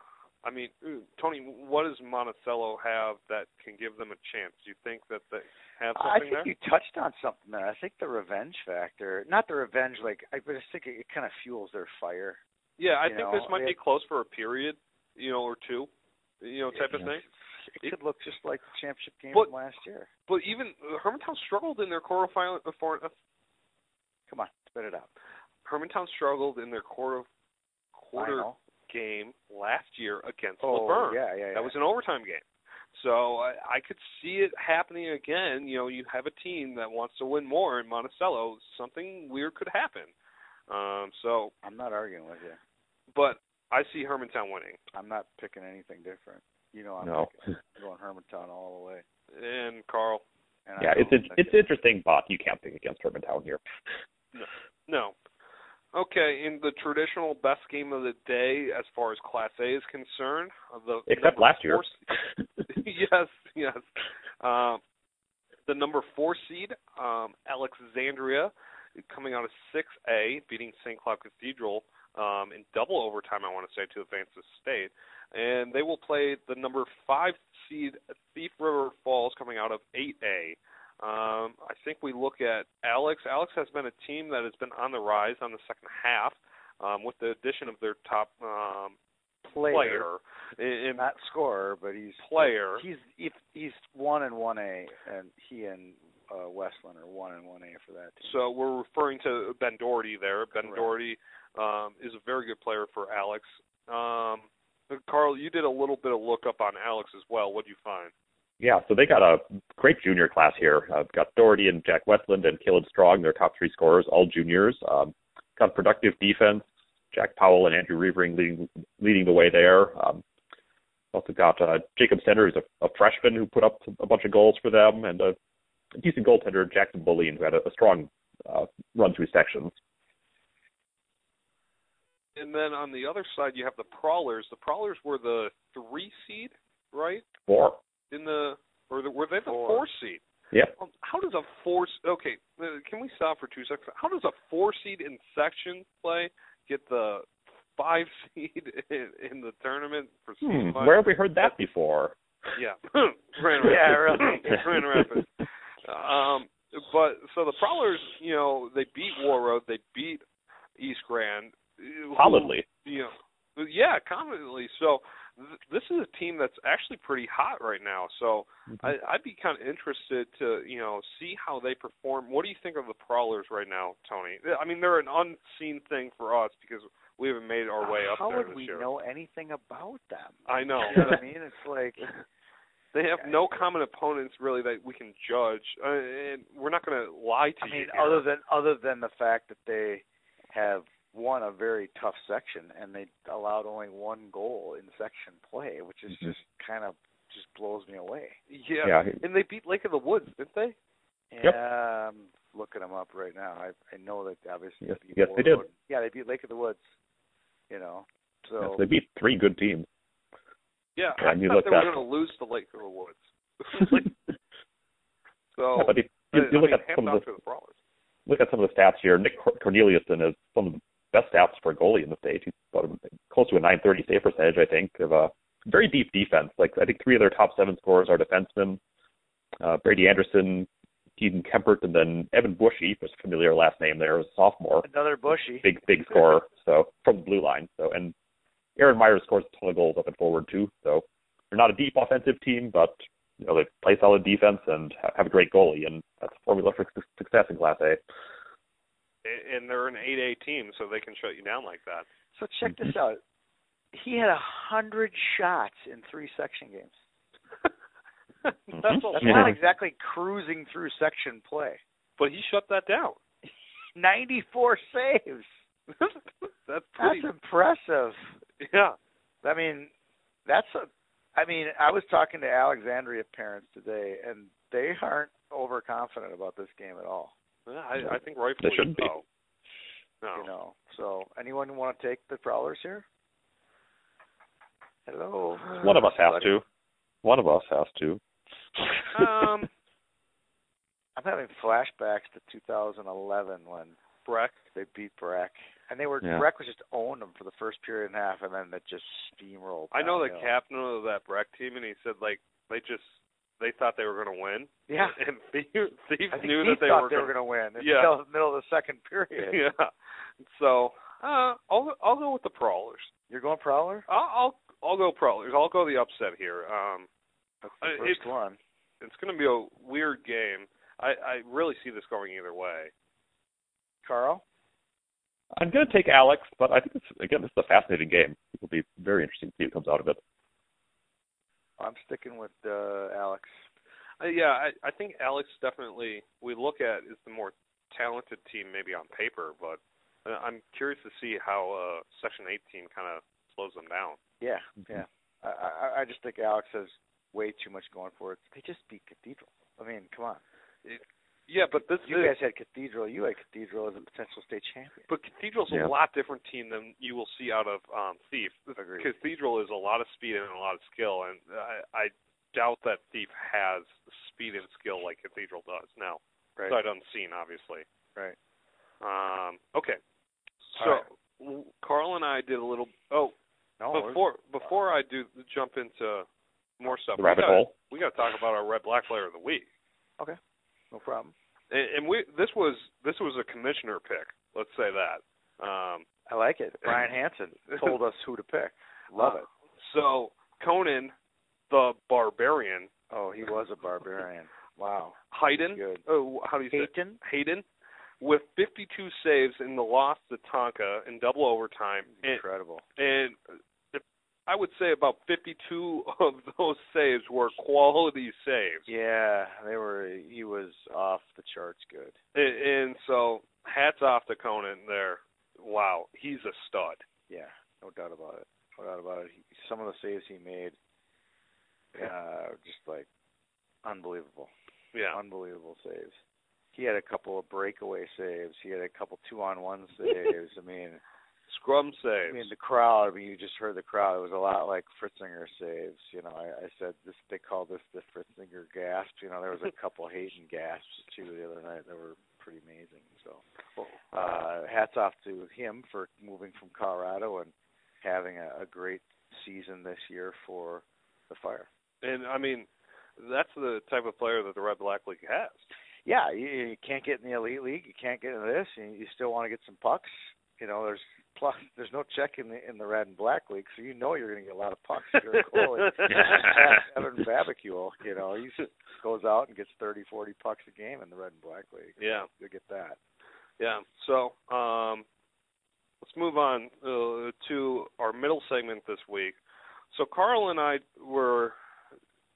[SPEAKER 2] I mean, ooh, Tony, what does Monticello have that can give them a chance? Do you think that they have
[SPEAKER 3] I
[SPEAKER 2] something
[SPEAKER 3] think
[SPEAKER 2] there?
[SPEAKER 3] you touched on something there. I think the revenge factor, not the revenge, like I but I just think it, it kind of fuels their fire.
[SPEAKER 2] yeah, I
[SPEAKER 3] you
[SPEAKER 2] think
[SPEAKER 3] know,
[SPEAKER 2] this might be
[SPEAKER 3] they-
[SPEAKER 2] close for a period, you know, or two, you know, type of thing.
[SPEAKER 4] Yeah.
[SPEAKER 3] It could look just like the championship game
[SPEAKER 2] But-
[SPEAKER 3] from last year.
[SPEAKER 2] But even uh, Hermantown struggled in their quarterfinal. uh, for- uh,
[SPEAKER 3] Come on, spit it out.
[SPEAKER 2] Hermantown struggled in their quarter quarter
[SPEAKER 3] Final.
[SPEAKER 2] game last year against
[SPEAKER 3] Oh
[SPEAKER 2] Laverne.
[SPEAKER 3] yeah, yeah, yeah.
[SPEAKER 2] That was an overtime game. So I, I could see it happening again. You know, you have a team that wants to win more in Monticello. Something weird could happen. Um, so,
[SPEAKER 3] I'm not arguing with you.
[SPEAKER 2] but I see Hermantown winning,
[SPEAKER 3] I'm not picking anything different. You know, I'm
[SPEAKER 4] No.
[SPEAKER 3] picking, I'm going Hermantown all the way.
[SPEAKER 2] and Carl.
[SPEAKER 3] And
[SPEAKER 4] Yeah,
[SPEAKER 3] I
[SPEAKER 4] it's
[SPEAKER 3] don't
[SPEAKER 4] in-
[SPEAKER 3] think
[SPEAKER 4] it's interesting, but you can't pick against Hermantown here.
[SPEAKER 2] No. Okay, in the traditional best game of the day, as far as Class A is concerned, the
[SPEAKER 4] Except
[SPEAKER 2] number
[SPEAKER 4] last year.
[SPEAKER 2] four se- yes, yes. Um, the number four seed, um, Alexandria, coming out of six A, beating St. Cloud Cathedral um, in double overtime. I want to say to advance the state, and they will play the number five seed Thief River Falls, coming out of eight A. Um, I think we look at Alex. Alex has been a team that has been on the rise on the second half um, with the addition of their top um,
[SPEAKER 3] player,
[SPEAKER 2] player. In, in
[SPEAKER 3] not scorer, but he's
[SPEAKER 2] player.
[SPEAKER 3] He's if he's one and one A, and he and uh, Westland are one and one A for that team.
[SPEAKER 2] So we're referring to Ben Doherty there. Ben
[SPEAKER 3] Correct.
[SPEAKER 2] Doherty um, is a very good player for Alex. Um, Carl, you did a little bit of look up on Alex as well. What do you find?
[SPEAKER 4] Yeah, so they got a great junior class here. Uh, got Doherty and Jack Westland and Caleb Strong, their top three scorers, all juniors. Um, got productive defense. Jack Powell and Andrew Reavering leading leading the way there. Um, also got uh, Jacob Center, who's a, a freshman who put up a bunch of goals for them, and a decent goaltender, Jackson Bulleen, who had a, a strong uh, run through sections.
[SPEAKER 2] And then on the other side, you have the Prowlers. The Prowlers were the three seed, right?
[SPEAKER 4] Four.
[SPEAKER 2] In the or the, were they the
[SPEAKER 3] Four.
[SPEAKER 2] four seed?
[SPEAKER 4] Yep.
[SPEAKER 2] Um, How does a four out for two seconds. How does a four seed in section play get the five seed in, in the tournament for
[SPEAKER 4] Hmm,
[SPEAKER 2] seed five?
[SPEAKER 4] where have we heard that before?
[SPEAKER 2] Yeah, Grand Rapids.
[SPEAKER 3] Yeah, really.
[SPEAKER 2] Grand Rapids. Um, but so the Prowlers, you know, they beat War Road, they beat East Grand who-
[SPEAKER 4] Solidly.
[SPEAKER 2] You know, yeah, confidently. So th- this is a team that's actually pretty hot right now. So I, I'd be kind of interested to you know see how they perform. What do you think of the Prowlers right now, Tony? I mean, they're an unseen thing for us because we haven't made our way up
[SPEAKER 3] How
[SPEAKER 2] there
[SPEAKER 3] would
[SPEAKER 2] this
[SPEAKER 3] we
[SPEAKER 2] year.
[SPEAKER 3] know anything about them?
[SPEAKER 2] I know.
[SPEAKER 3] You know what I mean? It's like
[SPEAKER 2] They have no common opponents really that we can judge, uh, and we're not going to lie to
[SPEAKER 3] I
[SPEAKER 2] you.
[SPEAKER 3] mean,
[SPEAKER 2] here.
[SPEAKER 3] other than other than the fact that they have won a very tough section and they allowed only one goal in section play, which is
[SPEAKER 4] Mhm.
[SPEAKER 3] just kind of just blows me away.
[SPEAKER 2] yeah.
[SPEAKER 4] yeah.
[SPEAKER 2] and they beat Lake of the Woods, didn't they?
[SPEAKER 4] Yep.
[SPEAKER 3] Yeah, I'm looking them up right now. I I know that obviously
[SPEAKER 4] Yes-
[SPEAKER 3] they beat
[SPEAKER 4] yes, they
[SPEAKER 3] Warlord. Yeah, they beat Lake of the Woods. You know,
[SPEAKER 4] Yes,
[SPEAKER 3] so
[SPEAKER 4] they beat three good teams.
[SPEAKER 2] Yeah,
[SPEAKER 4] Yeah,
[SPEAKER 2] I
[SPEAKER 4] and you
[SPEAKER 2] thought
[SPEAKER 4] look
[SPEAKER 2] they were
[SPEAKER 4] up.
[SPEAKER 2] going to lose to Lake of the Woods.
[SPEAKER 4] Yeah,
[SPEAKER 2] so
[SPEAKER 4] but if
[SPEAKER 2] I-
[SPEAKER 4] you, you
[SPEAKER 2] oh, I
[SPEAKER 4] look
[SPEAKER 2] mean,
[SPEAKER 4] at some
[SPEAKER 2] hats
[SPEAKER 4] of the
[SPEAKER 2] off to the Brawlers.
[SPEAKER 4] look at some of the stats here. Nick Cor- Corneliuson is some of the best stats for a goalie in the state. He's about close to a 930 save percentage, I think, of a very deep defense. Like I think three of their top seven scorers are defensemen: uh, Brady Anderson, Keaton Kempert, and then Evan Bushy, which is a familiar last name there, is a sophomore,
[SPEAKER 3] another bushy.
[SPEAKER 4] big big scorer. So from the blue line. So and Aaron Myers scores a ton of goals up and forward too. So they're not a deep offensive team, but you know they play solid defense and ha- have a great goalie, and that's a formula for su- success in Class A.
[SPEAKER 2] A- and they're an 8A team, so they can shut you down like that.
[SPEAKER 3] So check this out. He had a hundred shots in three section games.
[SPEAKER 2] That's a
[SPEAKER 3] That's
[SPEAKER 4] Yeah.
[SPEAKER 2] lot.
[SPEAKER 3] not exactly cruising through section play.
[SPEAKER 2] But he shut that down.
[SPEAKER 3] 94 saves.
[SPEAKER 2] That's
[SPEAKER 3] That's
[SPEAKER 2] pretty.
[SPEAKER 3] impressive.
[SPEAKER 2] yeah.
[SPEAKER 3] I mean, that's a. I mean, I was talking to Alexandria parents today, and they aren't overconfident about this game at all.
[SPEAKER 2] Yeah, I, I think rightfully
[SPEAKER 4] shouldn't be.
[SPEAKER 2] so. No.
[SPEAKER 3] You know. So, anyone want to take the prowlers here? Hello.
[SPEAKER 2] Oh,
[SPEAKER 4] One of us has to. One of us has to.
[SPEAKER 2] um,
[SPEAKER 3] I'm having flashbacks to 2011 when
[SPEAKER 2] Breck.
[SPEAKER 3] they beat Breck, and they were
[SPEAKER 4] Yeah.
[SPEAKER 3] Breck was just owned them for the first period and a half, and then they just steamrolled.
[SPEAKER 2] I know the
[SPEAKER 3] downhill.
[SPEAKER 2] captain of that Breck team, and he said like they just they thought they were going to win.
[SPEAKER 3] Yeah.
[SPEAKER 2] And Thief, Thief
[SPEAKER 3] I think
[SPEAKER 2] knew
[SPEAKER 3] he
[SPEAKER 2] that they
[SPEAKER 3] thought
[SPEAKER 2] were
[SPEAKER 3] they
[SPEAKER 2] going to
[SPEAKER 3] were going to win
[SPEAKER 2] Yeah.
[SPEAKER 3] until the middle of the second period.
[SPEAKER 2] yeah. So uh, I'll go- I'll go with the Prowlers.
[SPEAKER 3] You're going Prowler?
[SPEAKER 2] I'll I'll, I'll go Prowlers. I'll go the upset here. Um,
[SPEAKER 3] That's
[SPEAKER 2] Uh,
[SPEAKER 3] the first
[SPEAKER 2] it's-
[SPEAKER 3] one.
[SPEAKER 2] it's going to be a weird game. I I really see this going either way.
[SPEAKER 3] Carl?
[SPEAKER 4] I'm going to take Alex, but I think it's again this is a fascinating game. It'll be very interesting to see what comes out of it.
[SPEAKER 3] I'm sticking with uh, Alex.
[SPEAKER 2] Uh, yeah, I I think Alex definitely we look at is the more talented team maybe on paper, but uh, I'm curious to see how uh Section 8 team kind of slows them down.
[SPEAKER 3] Yeah, yeah. I, I, I just think Alex has way too much going for it. They just beat Cathedral. I mean, come on.
[SPEAKER 2] Yeah, but this
[SPEAKER 3] You
[SPEAKER 2] is
[SPEAKER 3] guys had Cathedral. You had Cathedral as a potential state champion.
[SPEAKER 2] But Cathedral's a
[SPEAKER 4] Yeah.
[SPEAKER 2] lot different team than you will see out of um Thief.
[SPEAKER 3] Agreed.
[SPEAKER 2] Cathedral is a lot of speed and a lot of skill, and I, I doubt that Thief has speed and skill like Cathedral does now.
[SPEAKER 3] Right.
[SPEAKER 2] Sight unseen, obviously.
[SPEAKER 3] Right.
[SPEAKER 2] Um, okay. So
[SPEAKER 3] All right.
[SPEAKER 2] w- Carl and I did a little. Oh,
[SPEAKER 3] No, we're-
[SPEAKER 2] before before I do jump into more stuff,
[SPEAKER 4] The rabbit
[SPEAKER 2] we gotta,
[SPEAKER 4] hole.
[SPEAKER 2] We got to talk about our red black player of the week,
[SPEAKER 3] Okay. No problem.
[SPEAKER 2] and, and we this was this was a commissioner pick. Let's say that. Um,
[SPEAKER 3] I like it. Brian Hansen told us who to pick. Love it.
[SPEAKER 2] So Conan the Barbarian,
[SPEAKER 3] Oh, he was a barbarian. Wow.
[SPEAKER 2] Hayden,
[SPEAKER 3] Good.
[SPEAKER 2] oh, how do you say it?
[SPEAKER 3] Hayden?
[SPEAKER 2] Hayden, with 52 saves in the loss to Tonka in double overtime, and,
[SPEAKER 3] Incredible.
[SPEAKER 2] and if- I would say about 52 of those saves were quality saves,
[SPEAKER 3] Yeah, they were. He was off the charts good.
[SPEAKER 2] and, and so hats off to Conan there. Wow, he's a stud.
[SPEAKER 3] Yeah, no doubt about it. No doubt about it. He, some of the saves he made, uh, just like unbelievable,
[SPEAKER 2] Yeah,
[SPEAKER 3] unbelievable saves. He had a couple of breakaway saves. He had a couple two-on-one saves. I mean,
[SPEAKER 2] Scrum
[SPEAKER 3] I
[SPEAKER 2] saves.
[SPEAKER 3] mean, the crowd. I mean, you just heard the crowd. It was a lot like Fritzinger saves. You know, I, I said this. They call this the Fritzinger gasp. You know, there was a couple Hayden gasps too the other night that were pretty amazing. So, uh, hats off to him for moving from Colorado and having a, a great season this year for the Fire.
[SPEAKER 2] and I mean, that's the type of player that the Red Black League has.
[SPEAKER 3] yeah, you, you can't get in the elite league. You can't get into this. And you still want to get some pucks. You know, there's plus there's no check in the in the red and black league, so you know you're going to get a lot of pucks. If you're a goalie. Evan Fabicule, you know, he goes out and gets 30, 40 pucks a game in the red and black league.
[SPEAKER 2] Yeah,
[SPEAKER 3] You get that.
[SPEAKER 2] yeah. So um, let's move on uh, to our middle segment this week. So Carl and I were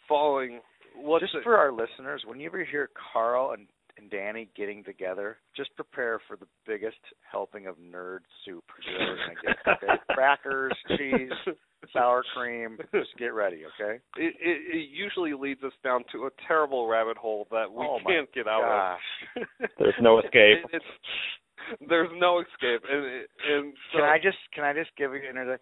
[SPEAKER 2] following. Let's
[SPEAKER 3] just
[SPEAKER 2] say-
[SPEAKER 3] for our listeners, whenever you hear Carl and and Danny getting together, just prepare for the biggest helping of nerd soup. You're ever gonna get okay? crackers, cheese, sour cream. Just get ready, okay?
[SPEAKER 2] it, it, it usually leads us down to a terrible rabbit hole that we
[SPEAKER 3] Oh my
[SPEAKER 2] can't get out of.
[SPEAKER 4] There's no escape.
[SPEAKER 2] It- it's, there's no escape, and it- and so
[SPEAKER 3] Can I just can I just give you an inter-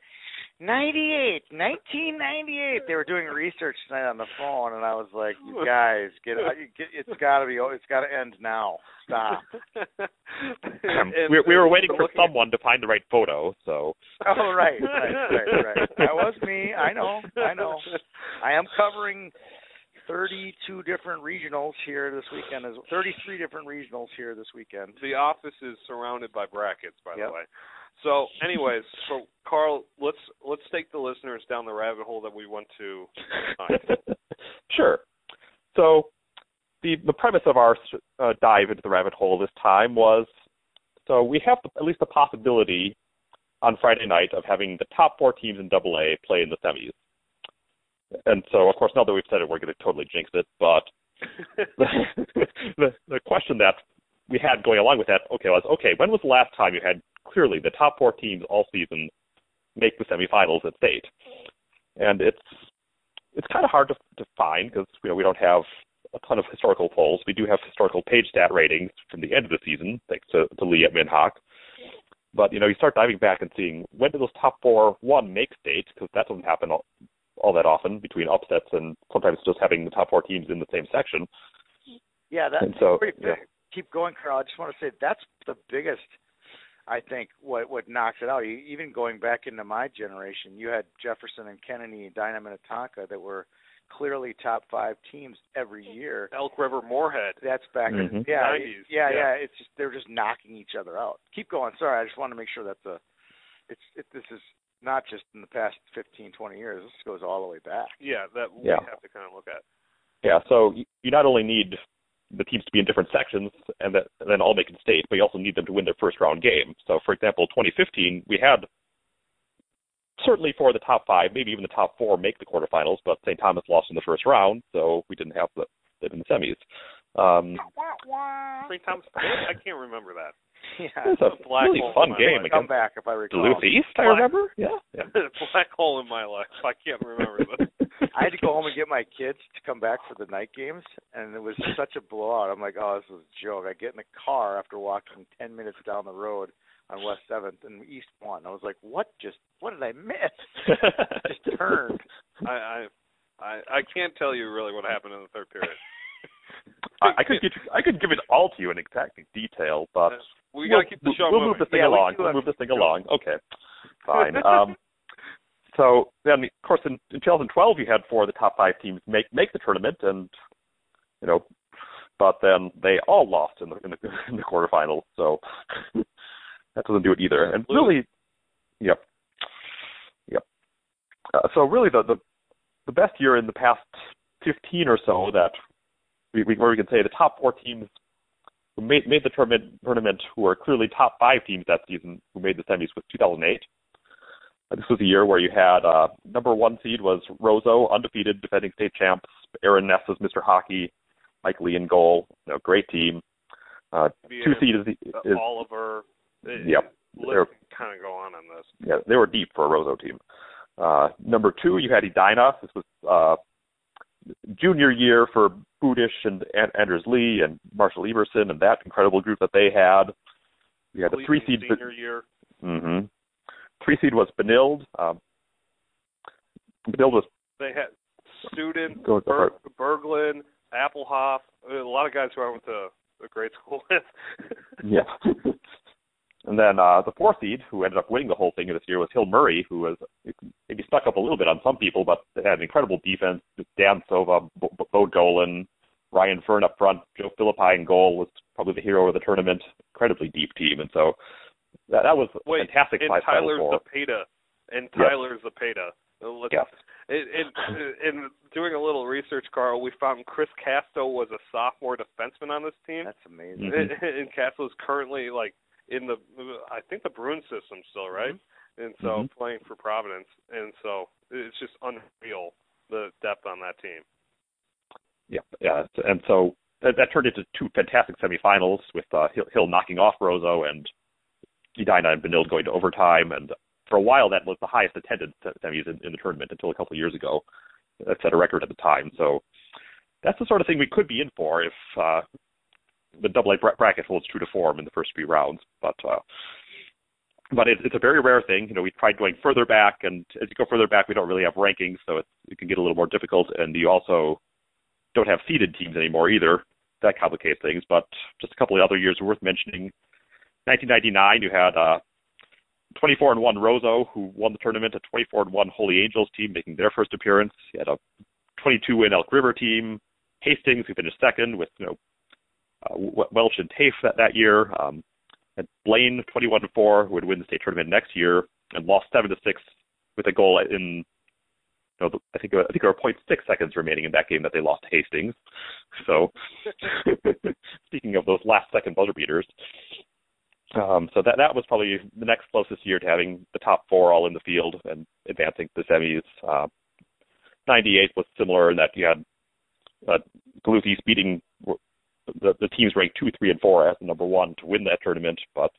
[SPEAKER 3] 98, 1998. They were doing research tonight on the phone, and I was like, "You guys, get, out- you get it's got to be, o- it's got to end now. Stop."
[SPEAKER 2] And-
[SPEAKER 4] we, we were
[SPEAKER 2] and
[SPEAKER 4] waiting
[SPEAKER 2] so
[SPEAKER 4] for
[SPEAKER 2] looking at-
[SPEAKER 4] someone to find the right photo, so
[SPEAKER 3] Oh, right, right, right, right. That was me. I know, I know. I am covering 32 different regionals here this weekend. As 33 different regionals here this weekend.
[SPEAKER 2] The office is surrounded by brackets, by
[SPEAKER 3] Yep.
[SPEAKER 2] the way. So, anyways, so Carl, let's let's take the listeners down the rabbit hole that we went to. tonight.
[SPEAKER 4] sure. So the the premise of our uh, dive into the rabbit hole this time was so we have the, at least the possibility on Friday night of having the top four teams in Double A play in the semis. And so, of course, now that we've said it, we're going to totally jinx it. But the, the the question that we had going along with that, okay, was okay. When was the last time you had clearly the top four teams all season make the semifinals at state? And it's it's kind of hard to, to find because you know we don't have a ton of historical polls. We do have historical page stat ratings from the end of the season, thanks to, to Lee at Minhawk. But you know, you start diving back and seeing when did those top four one make state because that doesn't happen all, all that often between upsets and sometimes just having the top four teams in the same section.
[SPEAKER 3] Yeah, that's
[SPEAKER 4] And so,
[SPEAKER 3] pretty big.
[SPEAKER 4] yeah.
[SPEAKER 3] Keep going, Carl. I just want to say that's the biggest. I think what what knocks it out. You, even going back into my generation, you had Jefferson and Kennedy and Dynam and Atonka that were clearly top five teams every year.
[SPEAKER 2] Elk River Moorhead.
[SPEAKER 3] That's back.
[SPEAKER 4] Mhm.
[SPEAKER 3] Yeah,
[SPEAKER 2] 90s,
[SPEAKER 3] yeah,
[SPEAKER 2] yeah.
[SPEAKER 3] yeah. It's just they're just knocking each other out. Keep going. Sorry, I just want to make sure that the it's it, this is not just in the past 15, 20 years. This goes all the way back.
[SPEAKER 2] Yeah, that we
[SPEAKER 4] Yeah.
[SPEAKER 2] have to kind of look at.
[SPEAKER 4] Yeah, so you- you not only need the teams to be in different sections and, that, and then all make it state, but you also need them to win their first round game. So, for example, 2015, we had certainly for the top five, maybe even the top four, make the quarterfinals, but St. Thomas lost in the first round, so we didn't have the them in the semis. Um,
[SPEAKER 2] St. Thomas, I can't remember that.
[SPEAKER 4] it was
[SPEAKER 3] yeah,
[SPEAKER 4] a
[SPEAKER 2] Black
[SPEAKER 4] really
[SPEAKER 2] hole
[SPEAKER 4] fun
[SPEAKER 2] in my
[SPEAKER 4] game
[SPEAKER 2] life.
[SPEAKER 3] come
[SPEAKER 4] against
[SPEAKER 3] back if I recall.
[SPEAKER 4] Duluth East, I
[SPEAKER 2] Black-
[SPEAKER 4] remember. Yeah, yeah.
[SPEAKER 2] black hole in my life. I can't remember this.
[SPEAKER 3] I had to go home and get my kids to come back for the night games, and it was such a blowout. I'm like, oh, this was a joke. I get in the car after walking 10 minutes down the road on West 7th and East 1. I was like, what just, what did I miss? Just turned.
[SPEAKER 2] I, I I I can't tell you really what happened in the third period.
[SPEAKER 4] I, I could get you, I could give it all to you in exact detail, but
[SPEAKER 2] We
[SPEAKER 4] Uh, We'll-
[SPEAKER 2] gotta keep the show
[SPEAKER 4] we'll, we'll
[SPEAKER 2] moving.
[SPEAKER 4] move this thing
[SPEAKER 3] Yeah, we
[SPEAKER 4] along.
[SPEAKER 3] do
[SPEAKER 4] We'll
[SPEAKER 3] have
[SPEAKER 4] move this thing
[SPEAKER 3] to-
[SPEAKER 4] along. Okay, fine. Um, so then, of course, in, in 2012, you had four of the top five teams make make the tournament, and you know, but then they all lost in the in the, in the quarterfinals. So that doesn't do it either. And really, yep, yep. Uh, so really, the, the the best year in the past 15 or so that we, we where we can say the top four teams who made, made the tournament, tournament who were clearly top five teams that season who made the semis was 2008. Uh, This was a year where you had uh, number one seed was Roseau, undefeated defending state champs. Aaron Ness was Mr. Hockey. Mike Lee in goal. You know, great team. Uh,
[SPEAKER 2] Beer,
[SPEAKER 4] two seed is, the-
[SPEAKER 2] uh,
[SPEAKER 4] is
[SPEAKER 2] Oliver. It,
[SPEAKER 4] Yep.
[SPEAKER 2] Let's kind of go on on this.
[SPEAKER 4] yeah, they were deep for a Roseau team. Uh, number two, you had Edina. This was uh, junior year for Budish and An- Anders Lee and Marshall Eberson and that incredible group that they had. You had the three
[SPEAKER 2] Cleveland
[SPEAKER 4] seed.
[SPEAKER 2] senior year.
[SPEAKER 4] Mm-hmm. Three seed was Benilde. Um, Benilde was
[SPEAKER 2] They had Student,
[SPEAKER 4] Go with the
[SPEAKER 2] Ber- Berglund, Applehoff, a lot of guys who I went to a grade school with.
[SPEAKER 4] yeah. and then uh, the four seed, who ended up winning the whole thing this year, was Hill Murray, who was maybe stuck up a little bit on some people, but they had an incredible defense. Just Dan Sova, Bo, Bo Dolan, Ryan Fern up front, Joe Philippi in goal was probably the hero of the tournament. Incredibly deep team, and so that, that was a
[SPEAKER 2] Wait,
[SPEAKER 4] fantastic
[SPEAKER 2] and
[SPEAKER 4] five
[SPEAKER 2] Tyler
[SPEAKER 4] final four.
[SPEAKER 2] Zapata. And
[SPEAKER 4] Yes.
[SPEAKER 2] Tyler Zapata. Uh, let's-
[SPEAKER 4] Yes.
[SPEAKER 2] In, in, in doing a little research, Carl, we found Chris Casto was a sophomore defenseman on this team.
[SPEAKER 3] That's amazing.
[SPEAKER 4] Mhm.
[SPEAKER 2] and Castle's currently like in the I think the Bruin system still,
[SPEAKER 4] Mm-hmm.
[SPEAKER 2] right? And so
[SPEAKER 4] Mhm.
[SPEAKER 2] playing for Providence, and so it's just unreal the depth on that team.
[SPEAKER 4] Yeah, yeah, and so that, that turned into two fantastic semifinals with uh, Hill, Hill knocking off Rozo and Edina and Benilde going to overtime. And for a while, that was the highest attended se- semis in, in the tournament until a couple of years ago. That set a record at the time. So that's the sort of thing we could be in for if uh, the double A bra- bracket holds true to form in the first few rounds. But uh, but it, it's a very rare thing. You know, we tried going further back, and as you go further back, we don't really have rankings, so it's, it can get a little more difficult. And you also don't have seeded teams anymore either. That complicates things. But just a couple of other years worth mentioning. 1999, you had uh, 24 and one Roso, who won the tournament. A 24 and one Holy Angels team making their first appearance. You had a 22 win Elk River team. Hastings, who finished second with you know uh, W- Welch and Tafe that, that year. Um, and Blaine, 21 to four, who would win the state tournament next year, and lost seven to six with a goal in no, the- I think I think there were 0.6 seconds remaining in that game that they lost to Hastings. So, speaking of those last second buzzer beaters, um, so that that was probably the next closest year to having the top four all in the field and advancing to the semis. Uh, 98 was similar in that you had uh, Duluth East beating the, the teams ranked two, three, and four as the number one to win that tournament, but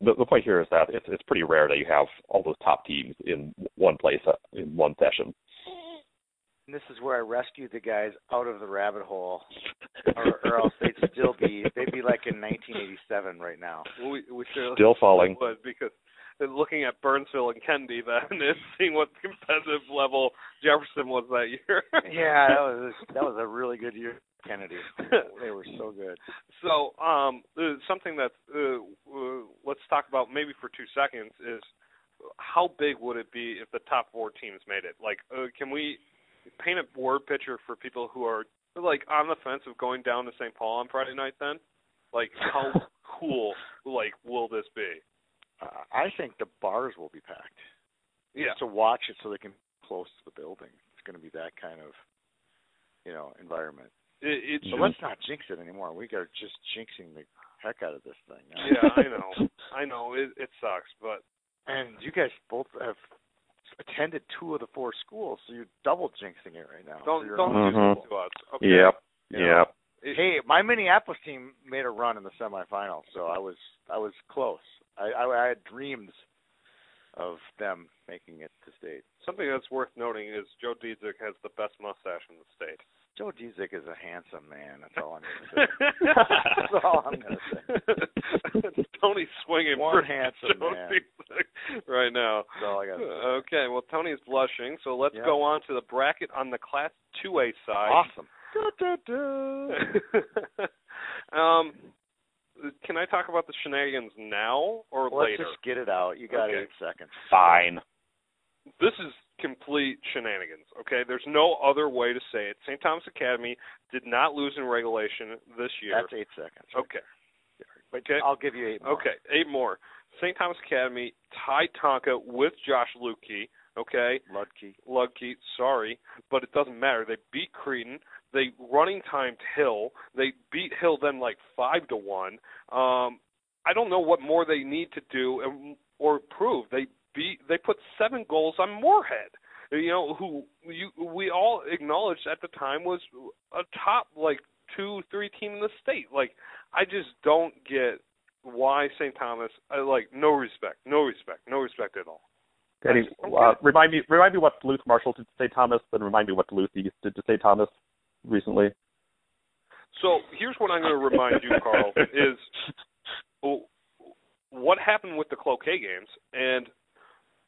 [SPEAKER 4] the, the point here is that it's it's pretty rare that you have all those top teams in one place uh, in one session.
[SPEAKER 3] And this is where I rescued the guys out of the rabbit hole, or, or else they'd still be they'd be like in 1987 right now.
[SPEAKER 2] We we surely
[SPEAKER 4] still falling.
[SPEAKER 2] would because looking at Burnsville and Kennedy then and seeing what competitive level Jefferson was that year.
[SPEAKER 3] Yeah, that was that was a really good year, for Kennedy. They were so good.
[SPEAKER 2] So, um, uh, something that uh, uh, let's talk about maybe for two seconds is how big would it be if the top four teams made it? Like, uh, can we paint a word picture for people who are like on the fence of going down to St. Paul on Friday night? Then, like, how cool like will this be?
[SPEAKER 3] Uh, I think the bars will be packed.
[SPEAKER 2] Yeah,
[SPEAKER 3] to watch it so they can be close to the building. It's going to be that kind of, you know, environment.
[SPEAKER 2] it, it's
[SPEAKER 3] But let's not jinx it anymore. We are just jinxing the heck out of this thing. Now.
[SPEAKER 2] yeah, I know, I know, it, it sucks, but
[SPEAKER 3] And you guys both have attended two of the four schools, so you're double jinxing it right now. Oh, So
[SPEAKER 2] don't
[SPEAKER 3] you're-
[SPEAKER 2] don't do
[SPEAKER 4] Mhm.
[SPEAKER 2] this to us. Okay.
[SPEAKER 4] Yep.
[SPEAKER 2] Yeah.
[SPEAKER 4] Yep.
[SPEAKER 2] It-
[SPEAKER 3] Hey, my Minneapolis team made a run in the semifinals, so I was I was close. I I, I had dreams of them making it to state.
[SPEAKER 2] Something that's worth noting is Joe Dietzick has the best mustache in the state.
[SPEAKER 3] Joe Dziek is a handsome man. That's all I'm going to say.
[SPEAKER 2] That's
[SPEAKER 3] all I'm gonna
[SPEAKER 2] say. Tony's swinging
[SPEAKER 3] One
[SPEAKER 2] pretty
[SPEAKER 3] handsome
[SPEAKER 2] Joe
[SPEAKER 3] man.
[SPEAKER 2] Dietzick right now.
[SPEAKER 3] That's all I got.
[SPEAKER 2] Okay, well Tony's blushing, so let's
[SPEAKER 3] Yeah.
[SPEAKER 2] go on to the bracket on the Class 2A side.
[SPEAKER 3] Awesome.
[SPEAKER 2] um, can I talk about the shenanigans now or
[SPEAKER 3] Well,
[SPEAKER 2] later?
[SPEAKER 3] Let's just get it out. You got
[SPEAKER 2] Okay.
[SPEAKER 3] eight seconds.
[SPEAKER 4] Fine.
[SPEAKER 2] this is complete shenanigans. Okay, there's no other way to say it. St. Thomas Academy did not lose in regulation this year.
[SPEAKER 3] That's eight seconds.
[SPEAKER 2] okay.
[SPEAKER 3] But
[SPEAKER 2] okay.
[SPEAKER 3] I'll give you eight more.
[SPEAKER 2] Okay, eight more. St. Thomas Academy tied Tonka with Josh Lukey. Okay,
[SPEAKER 3] Ludke.
[SPEAKER 2] Lukey, sorry, but it doesn't matter. They beat Creighton. They running timed Hill. They beat Hill then like five to one. Um, I don't know what more they need to do and, or prove. They beat. They put seven goals on Moorhead. You know who you we all acknowledged at the time was a top like two three team in the state. Like I just don't get why St. Thomas. I like no respect, no respect, no respect at all.
[SPEAKER 4] Any, uh, remind me remind me what Duluth Marshall did to St. Thomas, then remind me what Duluth East did to St. Thomas recently.
[SPEAKER 2] So here's what I'm going to remind you, Carl, is oh, what happened with the Cloquet games, and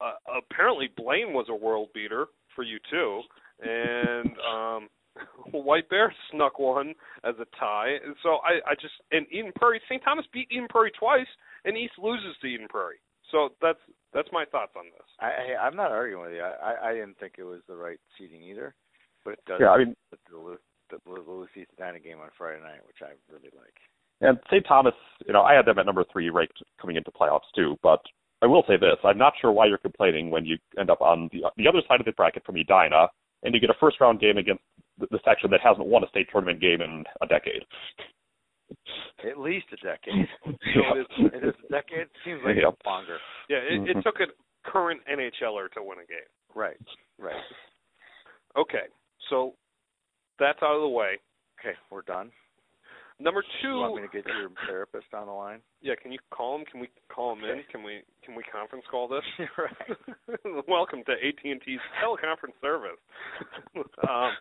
[SPEAKER 2] uh, apparently Blaine was a world beater for you too, and um, White Bear snuck one as a tie, and so I, I just and Eden Prairie, St. Thomas beat Eden Prairie twice, and East loses to Eden Prairie. So that's that's my thoughts on this.
[SPEAKER 3] I, I I'm not arguing with you. I, I I didn't think it was the right seating either, but it does
[SPEAKER 4] Yeah, I mean,
[SPEAKER 3] put the Lu- the Lucy Sedina game on Friday night, which I really like.
[SPEAKER 4] And St. Thomas, you know, I had them at number three ranked coming into playoffs too. But I will say this: I'm not sure why you're complaining when you end up on the the other side of the bracket from Edina, and you get a first round game against the, the section that hasn't won a state tournament game in a decade.
[SPEAKER 3] At least a decade.
[SPEAKER 4] Yeah.
[SPEAKER 3] It is, it is a decade. It seems like
[SPEAKER 4] Yeah.
[SPEAKER 3] it's longer.
[SPEAKER 2] Yeah, it,
[SPEAKER 4] Mhm.
[SPEAKER 2] it took a current NHLer er to win a game.
[SPEAKER 3] Right. Right.
[SPEAKER 2] Okay, so that's out of the way.
[SPEAKER 3] Okay, we're done.
[SPEAKER 2] Number
[SPEAKER 3] You
[SPEAKER 2] two,
[SPEAKER 3] want me to get your therapist on the line?
[SPEAKER 2] yeah. Can you call him? Can we call him in?
[SPEAKER 3] Okay.
[SPEAKER 2] Can we can we conference call this?
[SPEAKER 3] right.
[SPEAKER 2] Welcome to AT&T's teleconference service. um,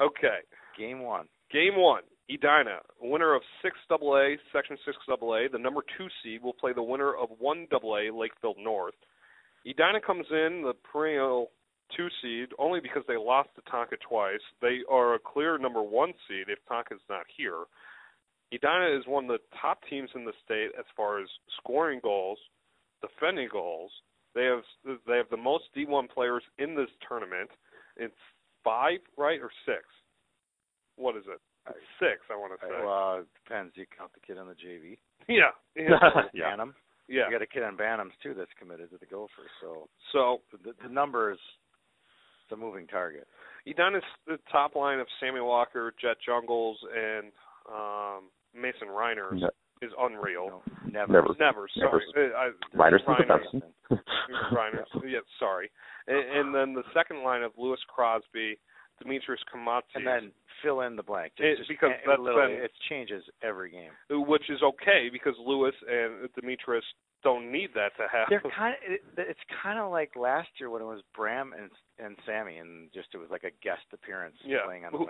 [SPEAKER 2] okay,
[SPEAKER 3] Game one.
[SPEAKER 2] game one. Edina, winner of six AA, Section six AA, the number two seed will play the winner of one AA, Lakeville North. Edina comes in the perennial two seed only because they lost to Tonka twice. They are a clear number one seed if Tonka's not here. Edina is one of the top teams in the state as far as scoring goals, defending goals. They have they have the most D1 players in this tournament. It's five, right, or six? What is it? It's six, I want to say.
[SPEAKER 3] Well, it depends. You count the kid on the JV.
[SPEAKER 2] yeah, yeah,
[SPEAKER 4] Yeah.
[SPEAKER 3] Bantam.
[SPEAKER 2] yeah.
[SPEAKER 3] You got a kid on Bantams too that's committed to the Gophers. So
[SPEAKER 2] So
[SPEAKER 3] the, the number is the moving target.
[SPEAKER 2] Edonis, the top line of Sammy Walker, Jet Jungles, and um, Mason Reiner
[SPEAKER 4] Ne-
[SPEAKER 2] is unreal.
[SPEAKER 3] No, never.
[SPEAKER 4] Never.
[SPEAKER 2] Never, sorry. Uh, I,
[SPEAKER 4] Reiner's the
[SPEAKER 2] Reiner.
[SPEAKER 4] defense.
[SPEAKER 2] Reiner. Yeah, sorry. And, and then the second line of Lewis Crosby, Demetrius Kamatsis,
[SPEAKER 3] And then fill in the blank.
[SPEAKER 2] It-
[SPEAKER 3] just,
[SPEAKER 2] because
[SPEAKER 3] it,
[SPEAKER 2] that's
[SPEAKER 3] literally,
[SPEAKER 2] been-
[SPEAKER 3] it changes every game.
[SPEAKER 2] which is okay because Lewis and Demetrius don't need that to
[SPEAKER 3] They're
[SPEAKER 2] happen.
[SPEAKER 3] kind of. It, it's kind of like last year when it was Bram and and Sammy, and just it was like a guest appearance
[SPEAKER 2] Yeah.
[SPEAKER 3] playing on the
[SPEAKER 2] Who-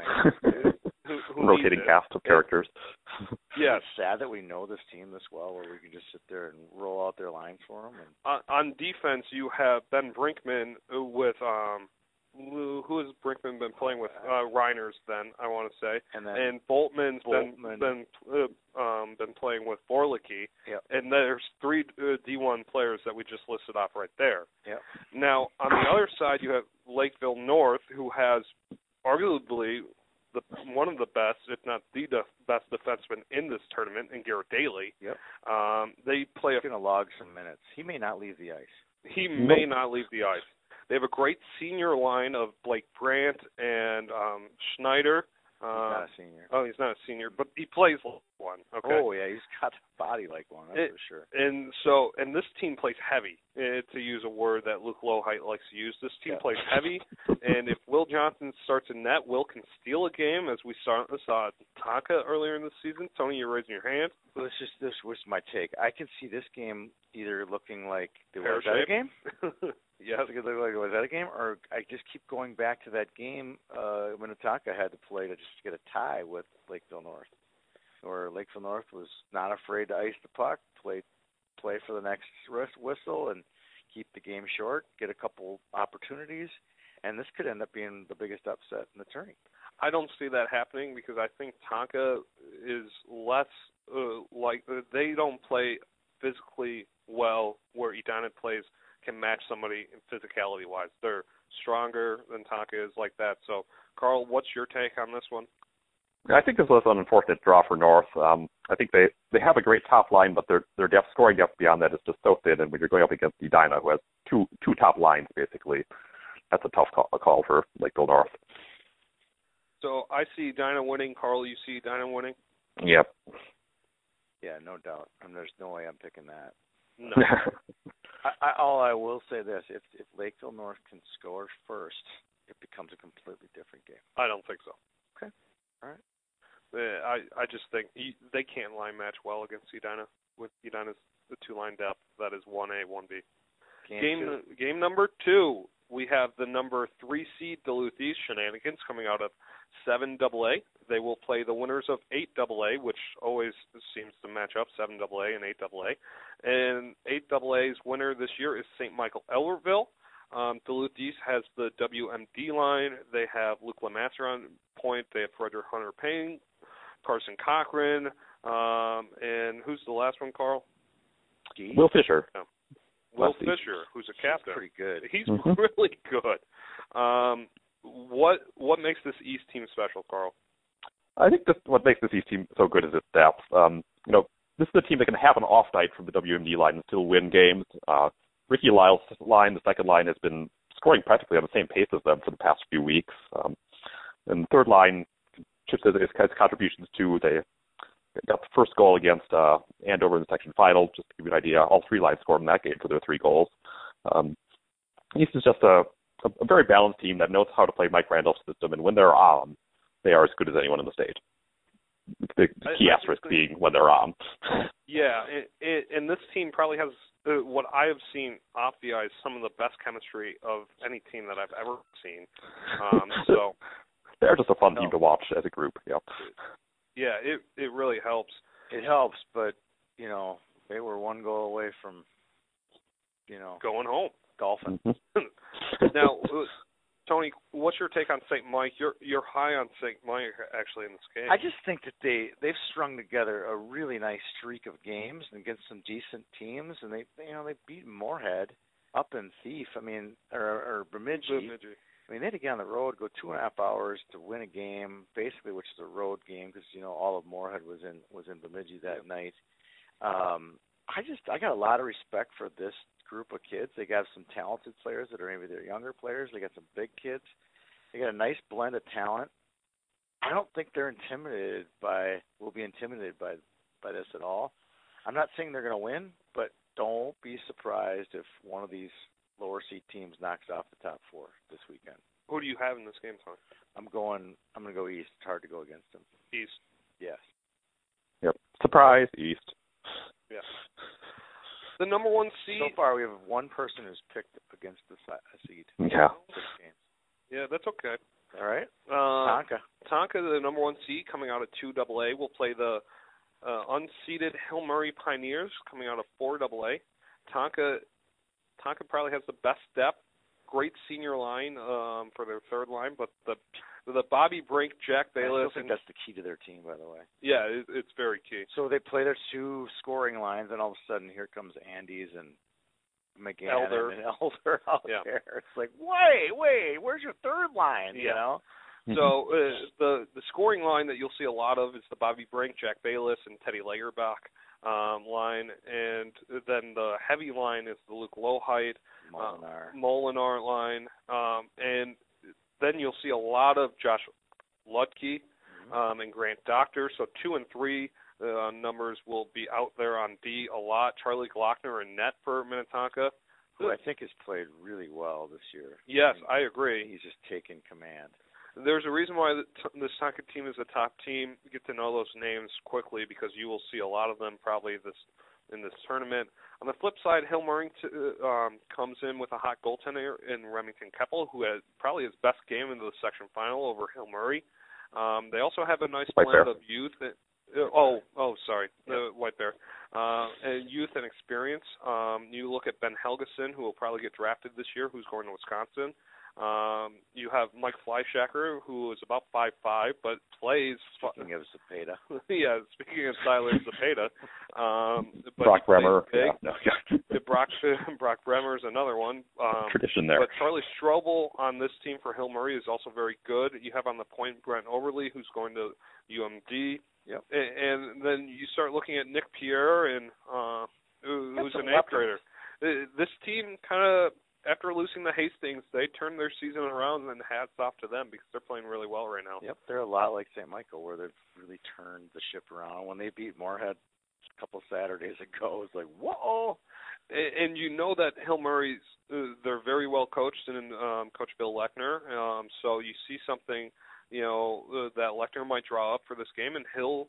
[SPEAKER 3] wing.
[SPEAKER 2] Who, who
[SPEAKER 4] Rotating
[SPEAKER 2] needs it?
[SPEAKER 4] cast of characters.
[SPEAKER 2] Yes.
[SPEAKER 3] It's sad that we know this team this well, where we can just sit there and roll out their lines for them. And
[SPEAKER 2] on, Uh, on defense, you have Ben Brinkman with um, who who has Brinkman been playing with? Uh, Reiner's then I want to say,
[SPEAKER 3] and then
[SPEAKER 2] and Boltman's
[SPEAKER 3] Boltman.
[SPEAKER 2] been been uh, um, been playing with Borlicky,
[SPEAKER 3] Yep.
[SPEAKER 2] and there's three uh, D1 players that we just listed off right there.
[SPEAKER 3] Yep.
[SPEAKER 2] Now on the other side, you have Lakeville North, who has arguably the one of the best, if not the def- best defenseman in this tournament, in Garrett Daly.
[SPEAKER 3] Yep.
[SPEAKER 2] Um, they play a
[SPEAKER 3] he's going to log some minutes. He may not leave the ice.
[SPEAKER 2] he may not leave the ice. They have a great senior line of Blake Brandt and um Schneider.
[SPEAKER 3] He's
[SPEAKER 2] Uh,
[SPEAKER 3] not a senior.
[SPEAKER 2] oh, he's not a senior, but he plays one. Okay.
[SPEAKER 3] Oh yeah, he's got a body like one. That's
[SPEAKER 2] It-
[SPEAKER 3] for sure.
[SPEAKER 2] And so, and this team plays heavy. Uh, to use a word that Luke Lowhite likes to use, this team
[SPEAKER 3] Yeah.
[SPEAKER 2] plays heavy. and if Will Johnson starts in net, Will can steal a game, as we saw saw at Tonka earlier in the season. Tony, you're raising your hand.
[SPEAKER 3] This is this was my take. I can see this game either looking like the
[SPEAKER 2] Pear
[SPEAKER 3] Wayzata
[SPEAKER 2] shape.
[SPEAKER 3] game.
[SPEAKER 2] yes.
[SPEAKER 3] That's a good look like the Wayzata game, or I just keep going back to that game uh Minnetonka had to play to just get a tie with Lakeville North. Where Lakeville North was not afraid to ice the puck, play play for the next whis- whistle and keep the game short, get a couple opportunities, and this could end up being the biggest upset in the tourney.
[SPEAKER 2] I don't see that happening because I think Tonka is less uh, like they don't play physically well where Edina plays can match somebody physicality wise. They're stronger than Tonka is like that. So, Carl, what's your take on this one?
[SPEAKER 4] I think this was an unfortunate draw for North. Um, I think they they have a great top line, but their their depth scoring depth beyond that is just so thin. And when you're going up against Edina, who has two two top lines basically, that's a tough call, a call for Lakeville North.
[SPEAKER 2] So I see Edina winning. Carl, you see Edina winning?
[SPEAKER 4] Yep.
[SPEAKER 3] Yeah, no doubt. And there's no way I'm picking that.
[SPEAKER 2] No.
[SPEAKER 3] I, I, all I will say this: if if Lakeville North can score first, it becomes a completely different game.
[SPEAKER 2] I don't think so.
[SPEAKER 3] Okay. All right.
[SPEAKER 2] Uh, I I just think e- they can't line match well against Edina with Edina's the two line depth that is one A one B.
[SPEAKER 3] Game,
[SPEAKER 2] game
[SPEAKER 3] two.
[SPEAKER 2] game number two we have the number three seed Duluth East Shenanigans coming out of seven double A. They will play the winners of eight double A, which always seems to match up seven double A and eight double A. And eight double A's winner this year is St. Michael Ellerville. Um, Duluth East has the WMD line. They have Luke Lamasser on point. They have Frederick Hunter Payne, Carson Cochran, um, and who's the last one, Carl?
[SPEAKER 3] Gee,
[SPEAKER 4] Will Fisher.
[SPEAKER 2] Will
[SPEAKER 4] Lefty.
[SPEAKER 2] Fisher, who's a
[SPEAKER 3] she's
[SPEAKER 2] captain.
[SPEAKER 3] pretty good.
[SPEAKER 2] He's
[SPEAKER 4] Mhm.
[SPEAKER 2] really good. Um, what what makes this East team special, Carl?
[SPEAKER 4] I think this, what makes this East team so good is its depth. Um, you know, this is a team that can have an off night from the WMD line and still win games. Uh, Ricky Lyle's line, the second line, has been scoring practically on the same pace as them for the past few weeks. Um, and the third line, Chips has has contributions too. They got the first goal against uh, Andover in the section final. Just to give you an idea, all three lines scored in that game for their three goals. Um, East is just a, a, a very balanced team that knows how to play Mike Randolph's system, and when they're on, they are as good as anyone in the state. The, the
[SPEAKER 2] I-
[SPEAKER 4] key
[SPEAKER 2] I
[SPEAKER 4] asterisk
[SPEAKER 2] think-
[SPEAKER 4] being when they're on.
[SPEAKER 2] Yeah, it, it, and this team probably has uh, what I have seen off the ice some of the best chemistry of any team that I've ever seen. Um, so
[SPEAKER 4] They're just a fun
[SPEAKER 3] No.
[SPEAKER 4] team to watch as a group. Yeah.
[SPEAKER 2] yeah, it it really helps.
[SPEAKER 3] It helps, but you know they were one goal away from you know
[SPEAKER 2] Going home.
[SPEAKER 3] golfing.
[SPEAKER 4] Mm-hmm.
[SPEAKER 2] Now, uh, Tony, what's your take on St. Mike? You're you're high on St. Mike actually in this game.
[SPEAKER 3] I just think that they they've strung together a really nice streak of games and against some decent teams, and they you know they beat Moorhead up in Thief. I mean, or, or Bemidji.
[SPEAKER 2] Bemidji.
[SPEAKER 3] I mean, they had to get on the road, go two and a half hours to win a game, basically, which is a road game because you know all of Moorhead was in was in Bemidji that night. Um, I just I got a lot of respect for this group of kids. They got some talented players that are maybe their younger players. They got some big kids. They got a nice blend of talent. I don't think they're intimidated by will be intimidated by by this at all. I'm not saying they're going to win, but don't be surprised if one of these lower seed teams knocks off the top four this weekend.
[SPEAKER 2] Who do you have in this game, Tony?
[SPEAKER 3] I'm going. I'm going to go east. It's hard to go against them.
[SPEAKER 2] East.
[SPEAKER 3] Yes.
[SPEAKER 4] Yep. Surprise, East.
[SPEAKER 2] Yeah. The number one seed.
[SPEAKER 3] So far, we have one person who's picked against the si- a seed.
[SPEAKER 4] Yeah.
[SPEAKER 3] Six games.
[SPEAKER 2] Yeah, that's okay.
[SPEAKER 3] All right.
[SPEAKER 2] Uh,
[SPEAKER 3] Tonka.
[SPEAKER 2] Tonka, the number one seed, coming out of two double A, will play the uh, unseeded Hill Murray Pioneers, coming out of four double A. Tonka, Tonka probably has the best depth, great senior line um, for their third line, but the the Bobby Brink, Jack
[SPEAKER 3] I still
[SPEAKER 2] Bayless,
[SPEAKER 3] think
[SPEAKER 2] and
[SPEAKER 3] that's the key to their team, by the way.
[SPEAKER 2] yeah, it, it's very key.
[SPEAKER 3] So they play their two scoring lines, and all of a sudden, here comes Andes and McGann
[SPEAKER 2] Elder.
[SPEAKER 3] and Elder out
[SPEAKER 2] Yeah.
[SPEAKER 3] there. It's like, wait, wait, where's your third line? You
[SPEAKER 2] Yeah.
[SPEAKER 3] know.
[SPEAKER 4] Mm-hmm.
[SPEAKER 2] So uh, the the scoring line that you'll see a lot of is the Bobby Brink, Jack Bayless, and Teddy Lagerbach um, line, and then the heavy line is the Luke Lowhite,
[SPEAKER 3] Molinar.
[SPEAKER 2] Molinar line, um, and then you'll see a lot of Josh Ludke
[SPEAKER 3] Mm-hmm.
[SPEAKER 2] um, and Grant Doctor. So two and three uh, numbers will be out there on D a lot. Charlie Glockner and net for Minnetonka.
[SPEAKER 3] who I think has played really well this year.
[SPEAKER 2] Yes,
[SPEAKER 3] mean,
[SPEAKER 2] I agree.
[SPEAKER 3] He's just taken command.
[SPEAKER 2] there's a reason why the, this Tonka team is a top team. Get to know those names quickly because you will see a lot of them probably this in this tournament. On the flip side, Hill Murray t- uh, um, comes in with a hot goaltender in Remington Keppel, who had probably his best game in the section final over Hill Murray. Um, they also have a nice
[SPEAKER 4] White
[SPEAKER 2] blend
[SPEAKER 4] Bear.
[SPEAKER 2] of youth. And, uh, oh, oh, sorry, the White Bear. Uh, and youth and experience. Um, you look at Ben Helgeson, who will probably get drafted this year, who's going to Wisconsin. Um, you have Mike Fleischacker, who is about five five, but plays.
[SPEAKER 3] Speaking of Zepeda.
[SPEAKER 2] yeah, speaking of Tyler Zapata, um, but
[SPEAKER 4] Brock
[SPEAKER 2] he plays
[SPEAKER 4] Bremer.
[SPEAKER 2] big.
[SPEAKER 4] Yeah, no, yeah.
[SPEAKER 2] Yeah, Brock Brock Bremer is another one. Um,
[SPEAKER 4] Tradition there.
[SPEAKER 2] but Charlie Strobel on this team for Hill Murray is also very good. You have on the point Brent Overly, who's going to UMD.
[SPEAKER 3] Yep.
[SPEAKER 2] A- And, then you start looking at Nick Pierre, and uh, who-
[SPEAKER 3] Got
[SPEAKER 2] who's
[SPEAKER 3] some
[SPEAKER 2] an eighth
[SPEAKER 3] weapons.
[SPEAKER 2] grader. Uh, This team kind of, after losing the Hastings, they turned their season around, and hats off to them because they're playing really well right now.
[SPEAKER 3] Yep, they're a lot like St. Michael, where they've really turned the ship around. When they beat Moorhead a couple Saturdays ago, it was like, whoa!
[SPEAKER 2] A- and you know that Hill Murray's uh, they're very well coached and um coach Bill Lechner um so you see something you know uh, that Lechner might draw up for this game and Hill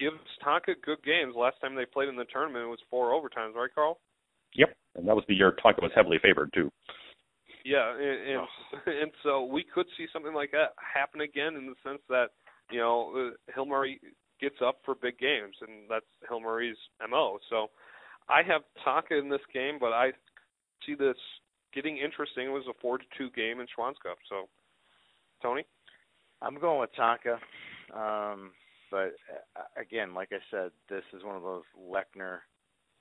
[SPEAKER 2] gives Tonka good games last time they played in the tournament it was four overtimes right Carl
[SPEAKER 4] Yep. And that was the year Tonka was heavily favored too.
[SPEAKER 2] Yeah, and and, and so we could see something like that happen again in the sense that you know uh, Hill Murray gets up for big games, and that's Hill Murray's mo. So I have Taka in this game, but I see this getting interesting. It was a four to two game in Schwann's Cup. So Tony,
[SPEAKER 3] I'm going with Tonka. Um, but uh, again, like I said, this is one of those Lechner.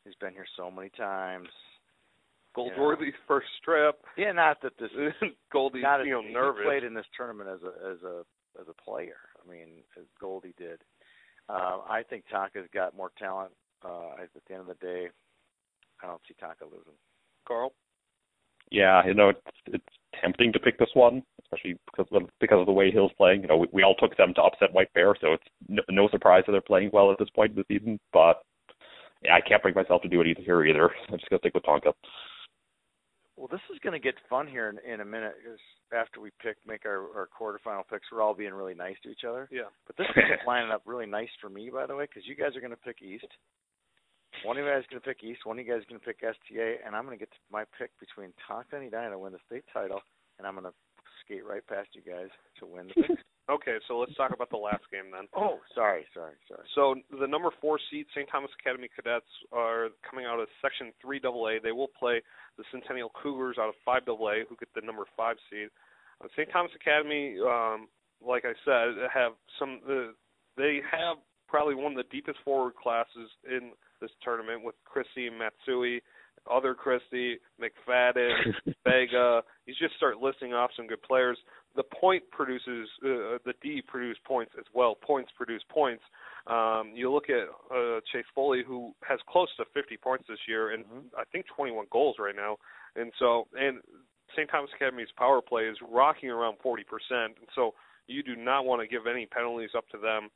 [SPEAKER 3] He's been here so many times.
[SPEAKER 2] Goldworthy's first strip.
[SPEAKER 3] Yeah, not that this is
[SPEAKER 2] Goldie's
[SPEAKER 3] not as,
[SPEAKER 2] you know
[SPEAKER 3] he
[SPEAKER 2] nervous.
[SPEAKER 3] played in this tournament as a as a as a player. I mean, as Goldie did. Um, I think Tonka's got more talent. Uh, at the end of the day, I don't see Tonka losing.
[SPEAKER 2] Carl.
[SPEAKER 4] Yeah, you know, it's, it's tempting to pick this one, especially because of, because of the way Hill's playing. You know, we, we all took them to upset White Bear, so it's no, no surprise that they're playing well at this point in the season. But yeah, I can't bring myself to do it either here either. I'm just gonna stick with Tonka.
[SPEAKER 3] Well, this is going to get fun here in, in a minute. 'cause after we pick, make our, our quarterfinal picks, we're all being really nice to each other.
[SPEAKER 2] Yeah.
[SPEAKER 3] But this is lining up really nice for me, by the way, because you guys are going to pick East. One of you guys is going to pick East. One of you guys is going to pick STA, and I'm going to get to my pick between Tonka and Edina to win the state title, and I'm going to skate right past you guys to win the. Pick.
[SPEAKER 2] Okay, so let's talk about the last game then.
[SPEAKER 3] oh, sorry, sorry, sorry.
[SPEAKER 2] So the number four seed, St. Thomas Academy Cadets, are coming out of Section Three AA. They will play the Centennial Cougars out of Five AA, who get the number five seed. Uh, St. Thomas Academy, um, like I said, have some. Uh, they have probably one of the deepest forward classes in this tournament with Chrissy Matsui, other Chrissy McFadden, Vega. You just start listing off some good players. The point produces uh, the D produce points as well. Points produce points. Um, you look at uh, Chase Foley, who has close to 50 points this year, and I think 21 goals right now. And so, and St. Thomas Academy's power play is rocking around 40%. And so, you do not want to give any penalties up to them.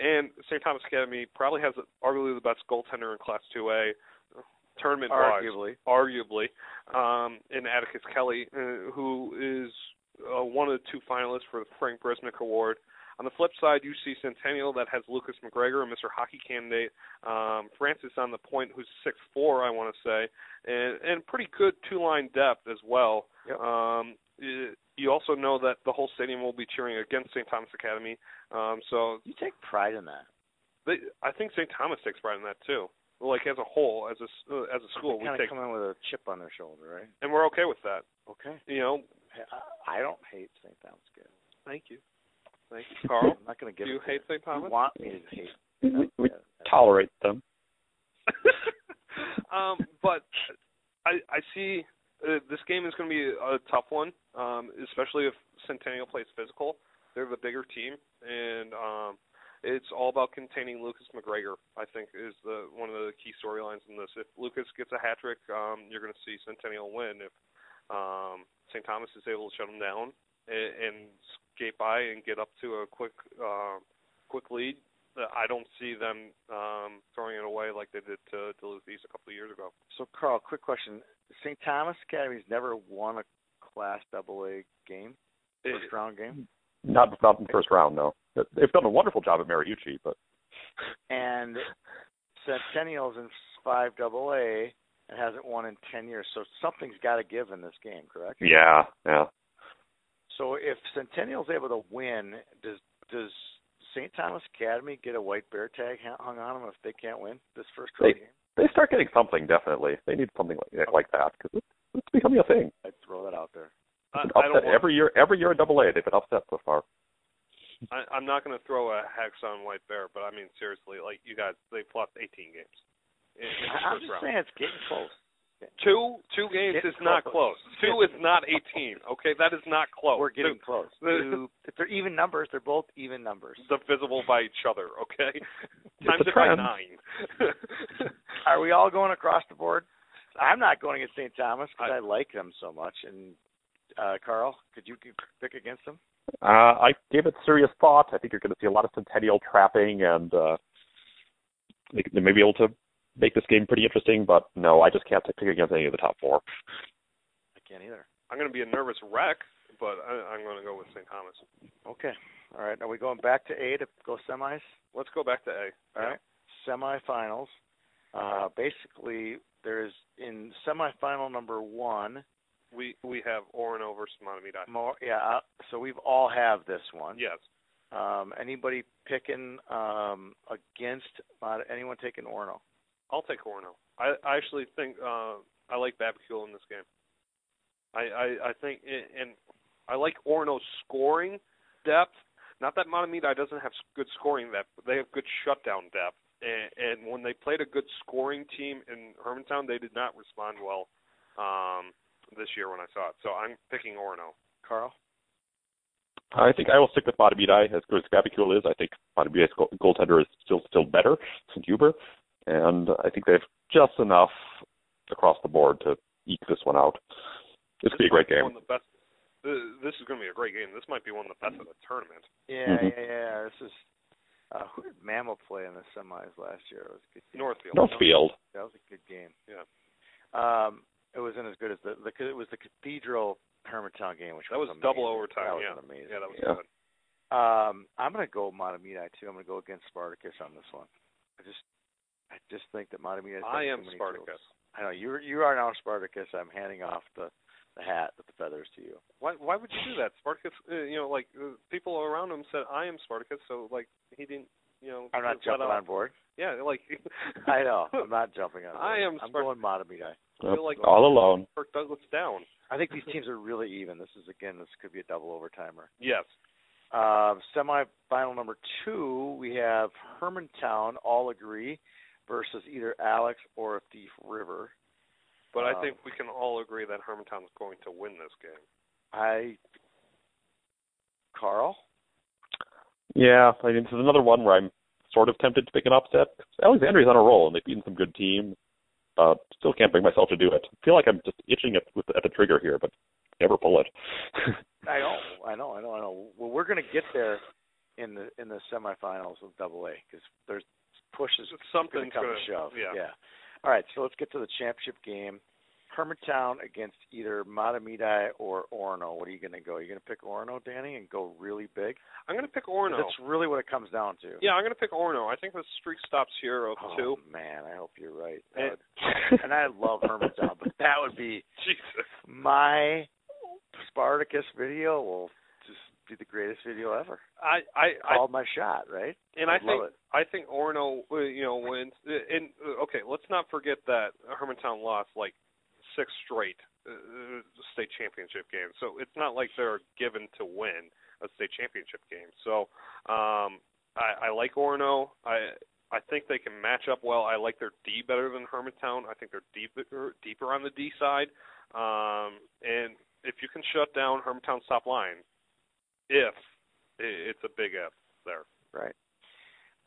[SPEAKER 2] And St. Thomas Academy probably has arguably the best goaltender in Class 2A tournament wise
[SPEAKER 3] Arguably,
[SPEAKER 2] arguably, um, and Atticus Kelly, uh, who is uh, one of the two finalists for the Frank Bresnick Award. On the flip side, you see Centennial that has Lucas McGregor, a Mr. Hockey candidate, um, Francis on the point, who's six four, I want to say, and and pretty good two line depth as well.
[SPEAKER 3] Yep.
[SPEAKER 2] Um, y- you also know that the whole stadium will be cheering against St. Thomas Academy, um, so
[SPEAKER 3] you take pride in that.
[SPEAKER 2] they, I think St. Thomas takes pride in that too. Like as a whole, as a s- uh, as a school,
[SPEAKER 3] they
[SPEAKER 2] we
[SPEAKER 3] kind of
[SPEAKER 2] take,
[SPEAKER 3] come in with a chip on their shoulder, right?
[SPEAKER 2] and we're okay with that.
[SPEAKER 3] Okay.
[SPEAKER 2] You know,
[SPEAKER 3] I- I don't hate St. Thomas. Good.
[SPEAKER 2] Thank you. Thank you. Carl,
[SPEAKER 3] I'm not going to
[SPEAKER 2] do
[SPEAKER 3] give
[SPEAKER 2] you
[SPEAKER 3] it to
[SPEAKER 2] hate St.
[SPEAKER 3] you.
[SPEAKER 2] Thomas?
[SPEAKER 3] You want me to hate?
[SPEAKER 4] We, we
[SPEAKER 3] Thomas.
[SPEAKER 4] tolerate them.
[SPEAKER 2] um, but I I see uh, this game is going to be a tough one, um, especially if Centennial plays physical. They're the bigger team, and um, it's all about containing Lucas McGregor. I think is the one of the key storylines in this. If Lucas gets a hat trick, um, you're going to see Centennial win. If um, St. Thomas is able to shut them down and, and skate by and get up to a quick um, quick lead, that I don't see them um, throwing it away like they did to Duluth East a couple of years ago.
[SPEAKER 3] So, Carl, quick question. St. Thomas Academy's never won a Class AA game, first
[SPEAKER 2] It-
[SPEAKER 3] round game,
[SPEAKER 4] Not not in the first round, no. They've done a wonderful job at Mariucci, but
[SPEAKER 3] and Centennial's in five AA and hasn't won in ten years. So something's got to give in this game, correct?
[SPEAKER 4] yeah, yeah.
[SPEAKER 3] So if Centennial's able to win, does does St. Thomas Academy get a white bear tag ha- hung on them if they can't win this first round
[SPEAKER 4] They-
[SPEAKER 3] game?
[SPEAKER 4] They start getting something definitely. They need something like like that because it's, it's becoming a thing.
[SPEAKER 3] I'd throw that out there.
[SPEAKER 2] I,
[SPEAKER 4] It's
[SPEAKER 2] I
[SPEAKER 4] upset
[SPEAKER 2] don't. Want,
[SPEAKER 4] every year. Every year in Double A, they've been upset so far.
[SPEAKER 2] I, I'm not going to throw a hex on White Bear, but I mean seriously, like you guys, they've lost 18 games. In, in the
[SPEAKER 3] I- I'm
[SPEAKER 2] first
[SPEAKER 3] just
[SPEAKER 2] round.
[SPEAKER 3] saying it's getting close.
[SPEAKER 2] Two two games
[SPEAKER 3] Get
[SPEAKER 2] is not
[SPEAKER 3] close.
[SPEAKER 2] close. Two is not 18. Okay, that is not close.
[SPEAKER 3] We're getting
[SPEAKER 2] Two-
[SPEAKER 3] close.
[SPEAKER 2] the-
[SPEAKER 3] If they're even numbers, they're both even numbers.
[SPEAKER 2] divisible by each other. Okay,
[SPEAKER 4] It's
[SPEAKER 2] times
[SPEAKER 4] a
[SPEAKER 2] it by
[SPEAKER 4] trend.
[SPEAKER 2] nine.
[SPEAKER 3] Are we all going across the board? I'm not going against St. Thomas because I,
[SPEAKER 2] I-
[SPEAKER 3] like them so much. And uh Carl, could you g- pick against them?
[SPEAKER 4] Uh, I gave it serious thought. I think you're going to see a lot of centennial trapping, and uh, they, they may be able to make this game pretty interesting. But no, I just can't pick against any of the top four.
[SPEAKER 3] I can't either.
[SPEAKER 2] I'm going to be a nervous wreck, but I, I'm going to go with St. Thomas.
[SPEAKER 3] Okay. All right. Are we going back to A to go semis?
[SPEAKER 2] Let's go back to A.
[SPEAKER 3] All right. Semifinals. Uh, basically, there's in semifinal number one,
[SPEAKER 2] We we have Orono versus Monami Dai.
[SPEAKER 3] More, yeah. uh, So we've all have this one.
[SPEAKER 2] Yes.
[SPEAKER 3] Um, anybody picking um, against uh, anyone taking Orno?
[SPEAKER 2] I'll take Orono. I, I actually think uh, I like Babicule in this game. I I, I think i and I like Orono's scoring depth. Not that Matamida doesn't have s- good scoring depth, but they have good shutdown depth. And, and when they played a good scoring team in Hermantown, they did not respond well um, this year when I saw it. So I'm picking Orono.
[SPEAKER 3] Carl?
[SPEAKER 4] I think I will stick with Matabidi as good as Gabicule is. I think Matabidi's go- goaltender is still still better than Huber, and I think they have just enough across the board to eke this one out. This could be a great game.
[SPEAKER 2] One of the best. th- This is going to be a great game. This might be one of the best of the tournament.
[SPEAKER 3] Yeah,
[SPEAKER 4] Mhm.
[SPEAKER 3] yeah, yeah. This is uh, who did Mammo play in the semis last year? It was a good game.
[SPEAKER 2] Northfield.
[SPEAKER 4] Northfield.
[SPEAKER 3] That was a good game.
[SPEAKER 2] Yeah.
[SPEAKER 3] Um, it wasn't as good as the, the it was the Cathedral Hermantown game, which
[SPEAKER 2] That was
[SPEAKER 3] was
[SPEAKER 2] double
[SPEAKER 3] amazing.
[SPEAKER 2] overtime,
[SPEAKER 3] That was
[SPEAKER 2] yeah.
[SPEAKER 3] an amazing.
[SPEAKER 2] Yeah, that was
[SPEAKER 4] Yeah.
[SPEAKER 2] good.
[SPEAKER 3] Um, I'm going to go Matamidi too. I'm going to go against Spartacus on this one. I just, I just think that Matamidi.
[SPEAKER 2] I am Spartacus.
[SPEAKER 3] I know you. You are now Spartacus. I'm handing off the, the hat with the feathers to you.
[SPEAKER 2] Why? Why would you do that, Spartacus? Uh, you know, like uh, people around him said, "I am Spartacus," so like he didn't. You know,
[SPEAKER 3] I'm not
[SPEAKER 2] let
[SPEAKER 3] jumping
[SPEAKER 2] out-
[SPEAKER 3] on board.
[SPEAKER 2] Yeah, like
[SPEAKER 3] I know. I'm not jumping on.
[SPEAKER 2] I
[SPEAKER 3] board.
[SPEAKER 2] am
[SPEAKER 3] I'm
[SPEAKER 2] Spart-
[SPEAKER 3] going Matamidi.
[SPEAKER 2] feel like-
[SPEAKER 4] all alone.
[SPEAKER 2] Kirk Douglas down.
[SPEAKER 3] I think these teams are really even. This is again. This could be a double overtimer.
[SPEAKER 2] Yes.
[SPEAKER 3] Uh, semi-final number two, we have Hermantown, all agree, versus either Alex or Thief River.
[SPEAKER 2] But I
[SPEAKER 3] Um,
[SPEAKER 2] think we can all agree that Hermantown's going to win this game.
[SPEAKER 3] I, Carl,
[SPEAKER 4] Yeah, I mean, this is another one where I'm sort of tempted to pick an upset. Alexandria's on a roll, and they've beaten some good teams. Uh, still can't bring myself to do it. I feel like I'm just itching at, with, at the trigger here, but never pull it.
[SPEAKER 3] I know, I know, I know, I know. Well, we're going to get there in the in the semifinals of Double A because there's pushes going
[SPEAKER 2] Something's
[SPEAKER 3] to come
[SPEAKER 2] gonna-
[SPEAKER 3] to shove.
[SPEAKER 2] Yeah.
[SPEAKER 3] All right, so let's get to the championship game. Hermantown against either Matamidi or Orono. What are you going to go? You're going to pick Orono, Danny, and go really big.
[SPEAKER 2] I'm going to pick
[SPEAKER 3] 'Cause
[SPEAKER 2] Orno.
[SPEAKER 3] That's really what it comes down to.
[SPEAKER 2] Yeah, I'm going to pick Orno. I think the streak stops here of
[SPEAKER 3] Oh,
[SPEAKER 2] two. Eh.
[SPEAKER 3] man, I hope you're right. That
[SPEAKER 2] And-
[SPEAKER 3] would- and I love Hermantown, but that would be
[SPEAKER 2] Jesus.
[SPEAKER 3] my Spartacus video will just be the greatest video ever.
[SPEAKER 2] I I I
[SPEAKER 3] Called my shot, right?
[SPEAKER 2] and
[SPEAKER 3] I
[SPEAKER 2] I
[SPEAKER 3] love
[SPEAKER 2] think
[SPEAKER 3] it.
[SPEAKER 2] I think Orno, uh, you know, wins. And uh, okay, let's not forget that Hermantown lost like six straight uh, state championship games, so it's not like they're given to win a state championship game. So um, I, I like Orno. I I think they can match up well. I like their D better than Hermantown. I think they're deeper deeper on the D side. Um, and if you can shut down Hermantown's top line, if it- it's a big if there.
[SPEAKER 3] Right.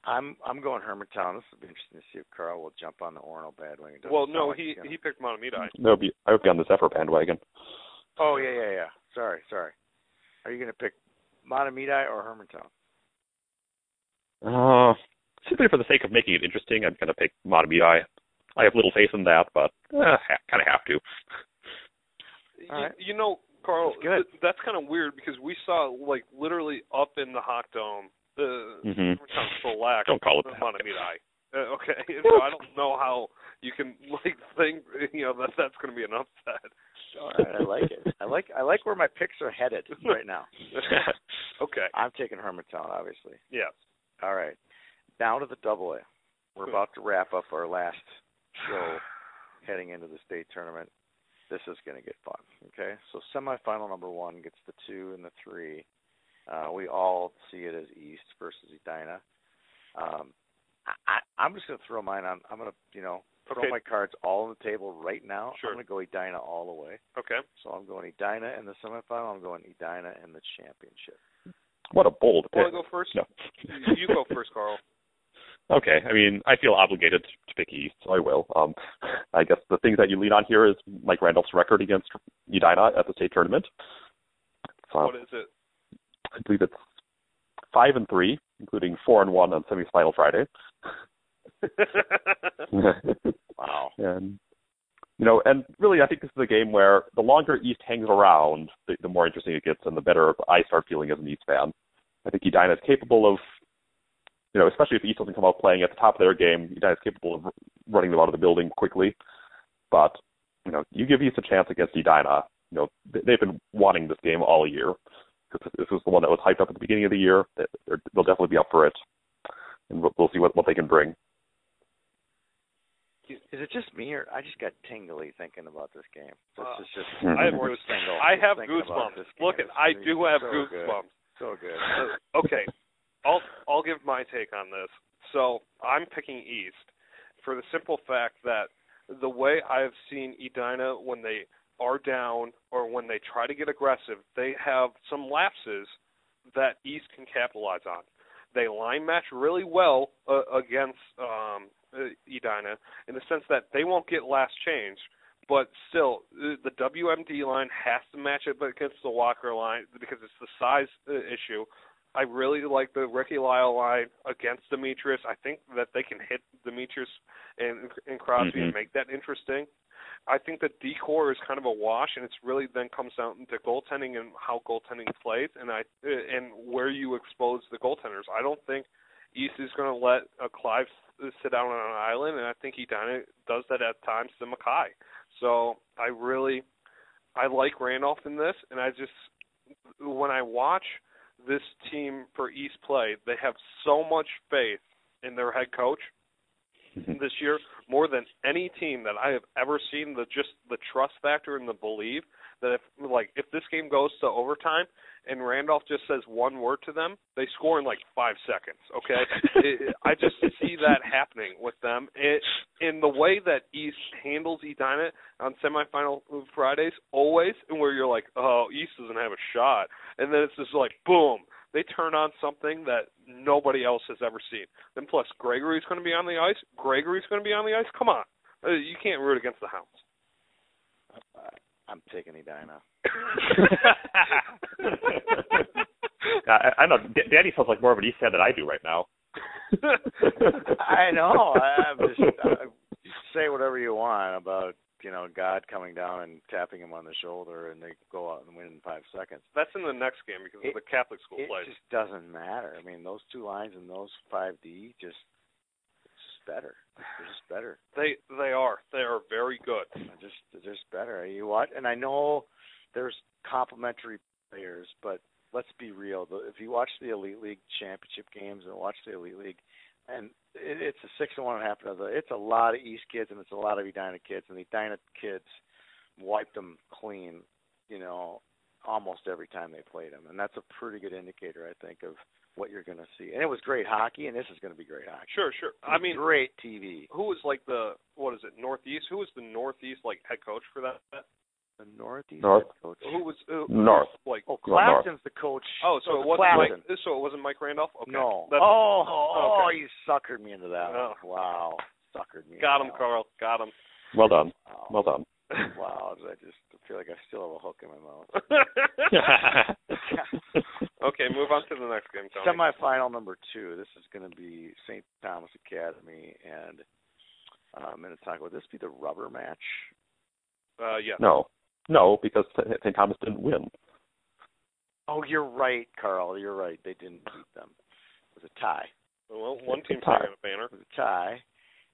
[SPEAKER 3] I'm I'm going Hermantown. This will be interesting to see if Carl will jump on the Orno bad wing. It doesn't
[SPEAKER 2] Well,
[SPEAKER 3] sound
[SPEAKER 2] no,
[SPEAKER 3] like
[SPEAKER 2] he
[SPEAKER 3] he's gonna-
[SPEAKER 2] he picked Montemita.
[SPEAKER 4] that would be I would be on the Zephyr bandwagon.
[SPEAKER 3] Oh yeah, yeah, yeah. Sorry, sorry. Are you going to pick Matamidi or Hermantown?
[SPEAKER 4] Uh, simply for the sake of making it interesting, I'm going to pick Matabidi. I have little faith in that, but uh, ha- kind of have to.
[SPEAKER 3] Mm-hmm. All right.
[SPEAKER 2] You know, Carl,
[SPEAKER 3] That's good.
[SPEAKER 2] th- that's kind of weird because we saw like literally up in the hot dome the
[SPEAKER 3] Hmm.
[SPEAKER 4] Mhm.
[SPEAKER 2] Hermantown select
[SPEAKER 4] Don't call it
[SPEAKER 2] the
[SPEAKER 4] that.
[SPEAKER 2] Montemita. Uh, okay, so I don't know how you can like think you know that that's going to be an upset.
[SPEAKER 3] All right, I like it. I like I like where my picks are headed right now.
[SPEAKER 2] okay.
[SPEAKER 3] I'm taking Hermantown, obviously.
[SPEAKER 2] Yes.
[SPEAKER 3] All right. Down to the double A. We're
[SPEAKER 2] Good.
[SPEAKER 3] about to wrap up our last show heading into the state tournament. This is going to get fun. Okay. So semifinal number one gets the two and the three. Uh, we all see it as East versus Edina. Um, I, I, I'm just going to throw mine on. I'm going to, you know, throw
[SPEAKER 2] Okay.
[SPEAKER 3] my cards all on the table right now.
[SPEAKER 2] Sure.
[SPEAKER 3] I'm going to go Edina all the way.
[SPEAKER 2] Okay.
[SPEAKER 3] So I'm going Edina in the semifinal. I'm going Edina in the championship.
[SPEAKER 4] what a bold pick.
[SPEAKER 2] Want to go first?
[SPEAKER 4] No.
[SPEAKER 2] You- you go first, Carl.
[SPEAKER 4] Okay, I mean, I feel obligated to pick East, so I will. Um, I guess the things that you lean on here is Mike Randolph's record against Edina at the state tournament. So
[SPEAKER 2] What is it?
[SPEAKER 4] I believe it's five and three, including four and one on semifinal Friday.
[SPEAKER 3] Wow.
[SPEAKER 4] and you know, and really, I think this is a game where the longer East hangs around, the, the more interesting it gets, and the better I start feeling as an East fan. I think Edina is capable of, you know, especially if East doesn't come out playing at the top of their game, Edina is capable of r- running them out of the building quickly. But you know, you give East a chance against Edina, you know they- they've been wanting this game all year because this was the one that was hyped up at the beginning of the year. They- they're- They'll definitely be up for it, and we'll, we'll see what what they can bring.
[SPEAKER 3] Is it just me or I just got tingly thinking about this game? This
[SPEAKER 2] Uh,
[SPEAKER 3] is just
[SPEAKER 4] I have
[SPEAKER 3] worst
[SPEAKER 2] goose-
[SPEAKER 3] tingle
[SPEAKER 2] I
[SPEAKER 3] just
[SPEAKER 2] have
[SPEAKER 3] thinking about
[SPEAKER 2] goosebumps.
[SPEAKER 3] this game.
[SPEAKER 2] Look,
[SPEAKER 3] It's
[SPEAKER 2] I
[SPEAKER 3] really
[SPEAKER 2] do have
[SPEAKER 3] so good.
[SPEAKER 2] goosebumps.
[SPEAKER 3] So good.
[SPEAKER 2] Uh, okay, I'll I'll give my take on this. So I'm picking East for the simple fact that the way I've seen Edina when they are down or when they try to get aggressive, they have some lapses that East can capitalize on. They line match really well uh, against um, uh, Edina in the sense that they won't get last change, but still uh, the WMD line has to match it against the Walker line because it's the size uh, issue. I really like the Ricky Lyle line against Demetrius. I think that they can hit Demetrius and, and Crosby and
[SPEAKER 4] Mhm.
[SPEAKER 2] make that interesting. I think that decor is kind of a wash, and it's really then comes down to goaltending and how goaltending plays, and I uh, and where you expose the goaltenders. I don't think East is going to let a Clive s- sit down on an island, and I think he done it, does that at times to Mackay. So I really, I like Randolph in this, and I just when I watch this team for East play, they have so much faith in their head coach this year more than any team that I have ever seen. The just the trust factor and the belief that if like if this game goes to overtime and Randolph just says one word to them, they score in like five seconds. Okay, it, I just see that happening with them. It in the way that East handles Edina on semifinal Fridays always, and where you're like, oh, East doesn't have a shot, and then it's just like boom. They turn on something that nobody else has ever seen. Then plus Gregory's going to be on the ice. Gregory's going to be on the ice. Come on, Uh, you can't root against the Hounds.
[SPEAKER 3] Uh, I'm taking Edina.
[SPEAKER 4] I, I don't know. D- Danny sounds like more of an East fan than I do right now.
[SPEAKER 3] I know. I, I'm just I, say whatever you want about you know God coming down and tapping him on the shoulder, and they go out and win in five seconds.
[SPEAKER 2] That's in the next game because of
[SPEAKER 3] It-
[SPEAKER 2] the Catholic school
[SPEAKER 3] It
[SPEAKER 2] plays.
[SPEAKER 3] just doesn't matter. I mean, those two lines and those five D just it's just better. They're just better.
[SPEAKER 2] They they are they are very good.
[SPEAKER 3] They're just they're just better. You what? And I know there's complementary players, but let's be real. The- If you watch the Elite League championship games and watch the Elite League, and it, it's a six and one and a half. to nothing. It's a lot of East kids and it's a lot of Edina kids, and the Edina kids wiped them clean. You know, almost every time they played them, and that's a pretty good indicator, I think, of what you're going to see. And it was great hockey, and this is going to be great hockey.
[SPEAKER 2] Sure, sure. I mean,
[SPEAKER 3] great TV.
[SPEAKER 2] who was like the what is it Northeast? Who was the Northeast like head coach for that?
[SPEAKER 3] The Northeast
[SPEAKER 4] North.
[SPEAKER 3] head coach.
[SPEAKER 2] Who was uh, who was,
[SPEAKER 4] North.
[SPEAKER 2] like?
[SPEAKER 3] Oh,
[SPEAKER 4] Well, North.
[SPEAKER 3] Clapton's the coach.
[SPEAKER 2] Oh, so
[SPEAKER 3] Oh,
[SPEAKER 2] it wasn't
[SPEAKER 3] Clapton.
[SPEAKER 2] Mike. So it wasn't Mike Randolph. Okay.
[SPEAKER 3] No.
[SPEAKER 2] That's-
[SPEAKER 3] oh,
[SPEAKER 2] oh,
[SPEAKER 3] oh,
[SPEAKER 2] okay.
[SPEAKER 3] you suckered me into that.
[SPEAKER 2] Oh.
[SPEAKER 3] One. Wow, suckered me.
[SPEAKER 2] got him,
[SPEAKER 3] into that
[SPEAKER 2] Carl. Got him.
[SPEAKER 4] Well done. Well
[SPEAKER 3] one. Wow.
[SPEAKER 4] done.
[SPEAKER 3] wow, I just feel like I still have a hook in my mouth.
[SPEAKER 2] okay, move on to the next game, Tony.
[SPEAKER 3] Semifinal number two. This is going to be St. Thomas Academy and uh, Minnetonka. Would this be the rubber match?
[SPEAKER 2] uh, yeah.
[SPEAKER 4] no, no, because St. Thomas didn't win.
[SPEAKER 3] Oh, you're right, Carl. You're right. They didn't beat them. It was a tie.
[SPEAKER 2] Well, one team's
[SPEAKER 4] Tie.
[SPEAKER 2] not a banner.
[SPEAKER 3] It was a tie.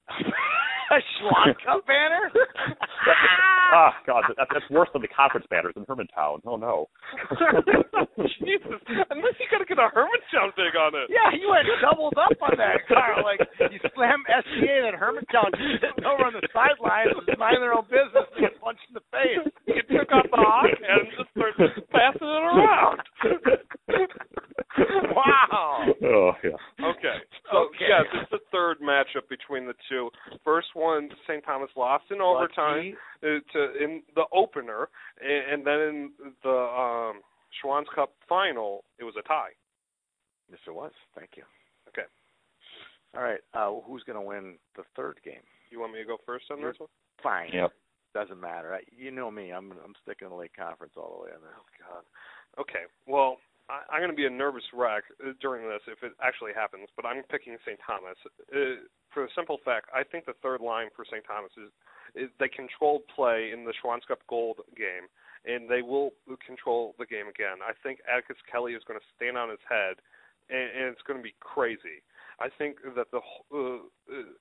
[SPEAKER 3] a Schlock Cup banner?
[SPEAKER 4] Ah, God, that, that's worse than the conference banners in Hermantown. Oh no.
[SPEAKER 2] Jesus, unless you gotta get a Hermantown thing on it.
[SPEAKER 3] Yeah, you had doubled up on that, Carl. Like you slam SCA and Hermantown sitting over on the sidelines, just minding their own business, and get punched in the face.
[SPEAKER 2] You took off the hawk and just started passing it around.
[SPEAKER 3] Wow.
[SPEAKER 4] Oh yeah.
[SPEAKER 2] Okay. So
[SPEAKER 3] Okay.
[SPEAKER 2] yeah, this is the third matchup between the two. First one, St. Thomas lost in overtime uh, to in the opener, a- and then in the um, Schwann's Cup final, it was a tie.
[SPEAKER 3] Yes, it was. Thank you.
[SPEAKER 2] Okay.
[SPEAKER 3] All right. Uh, who's going to win the third game?
[SPEAKER 2] You want me to go first on this one?
[SPEAKER 3] Fine.
[SPEAKER 4] Yep.
[SPEAKER 3] Doesn't matter. I, you know me. I'm I'm sticking to the Lake Conference all the way on this.
[SPEAKER 2] Oh, God. Okay. Well, I, I'm going to be a nervous wreck uh, during this if it actually happens, but I'm picking St. Thomas uh, for the simple fact I think the third line for St. Thomas is, is they controlled play in the Schwann's Cup Gold game, and they will control the game again. I think Atticus Kelly is going to stand on his head, and, and it's going to be crazy. I think that the wh- uh, uh,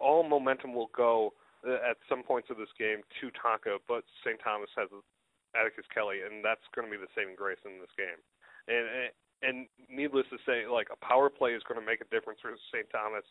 [SPEAKER 2] all momentum will go uh, at some points of this game to Tonka, but St. Thomas has Atticus Kelly, and that's going to be the saving grace in this game. And and needless to say, like a power play is going to make a difference for St. Thomas,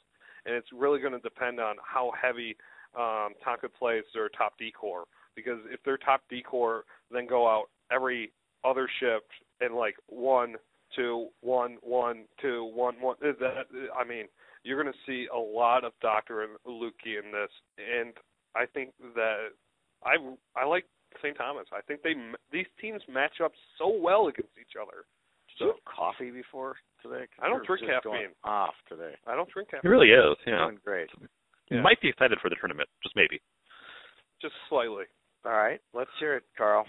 [SPEAKER 2] and it's really going to depend on how heavy um, Tonka plays their top decor. Because if their top decor then go out every other shift and like one, two, one, one, two, one, one, is that I mean, you're going to see a lot of Doctor and Lukey in this, and I think that I I like St. Thomas. I think they these teams match up so well against each other.
[SPEAKER 3] Did you have coffee before today?
[SPEAKER 2] I don't drink
[SPEAKER 3] just
[SPEAKER 2] caffeine.
[SPEAKER 3] Going off today.
[SPEAKER 2] I don't drink
[SPEAKER 4] He
[SPEAKER 2] caffeine.
[SPEAKER 4] really is. Yeah.
[SPEAKER 3] Doing great.
[SPEAKER 2] Yeah.
[SPEAKER 4] Might be excited for the tournament, just maybe.
[SPEAKER 2] Just slightly.
[SPEAKER 3] All right, let's hear it, Carl.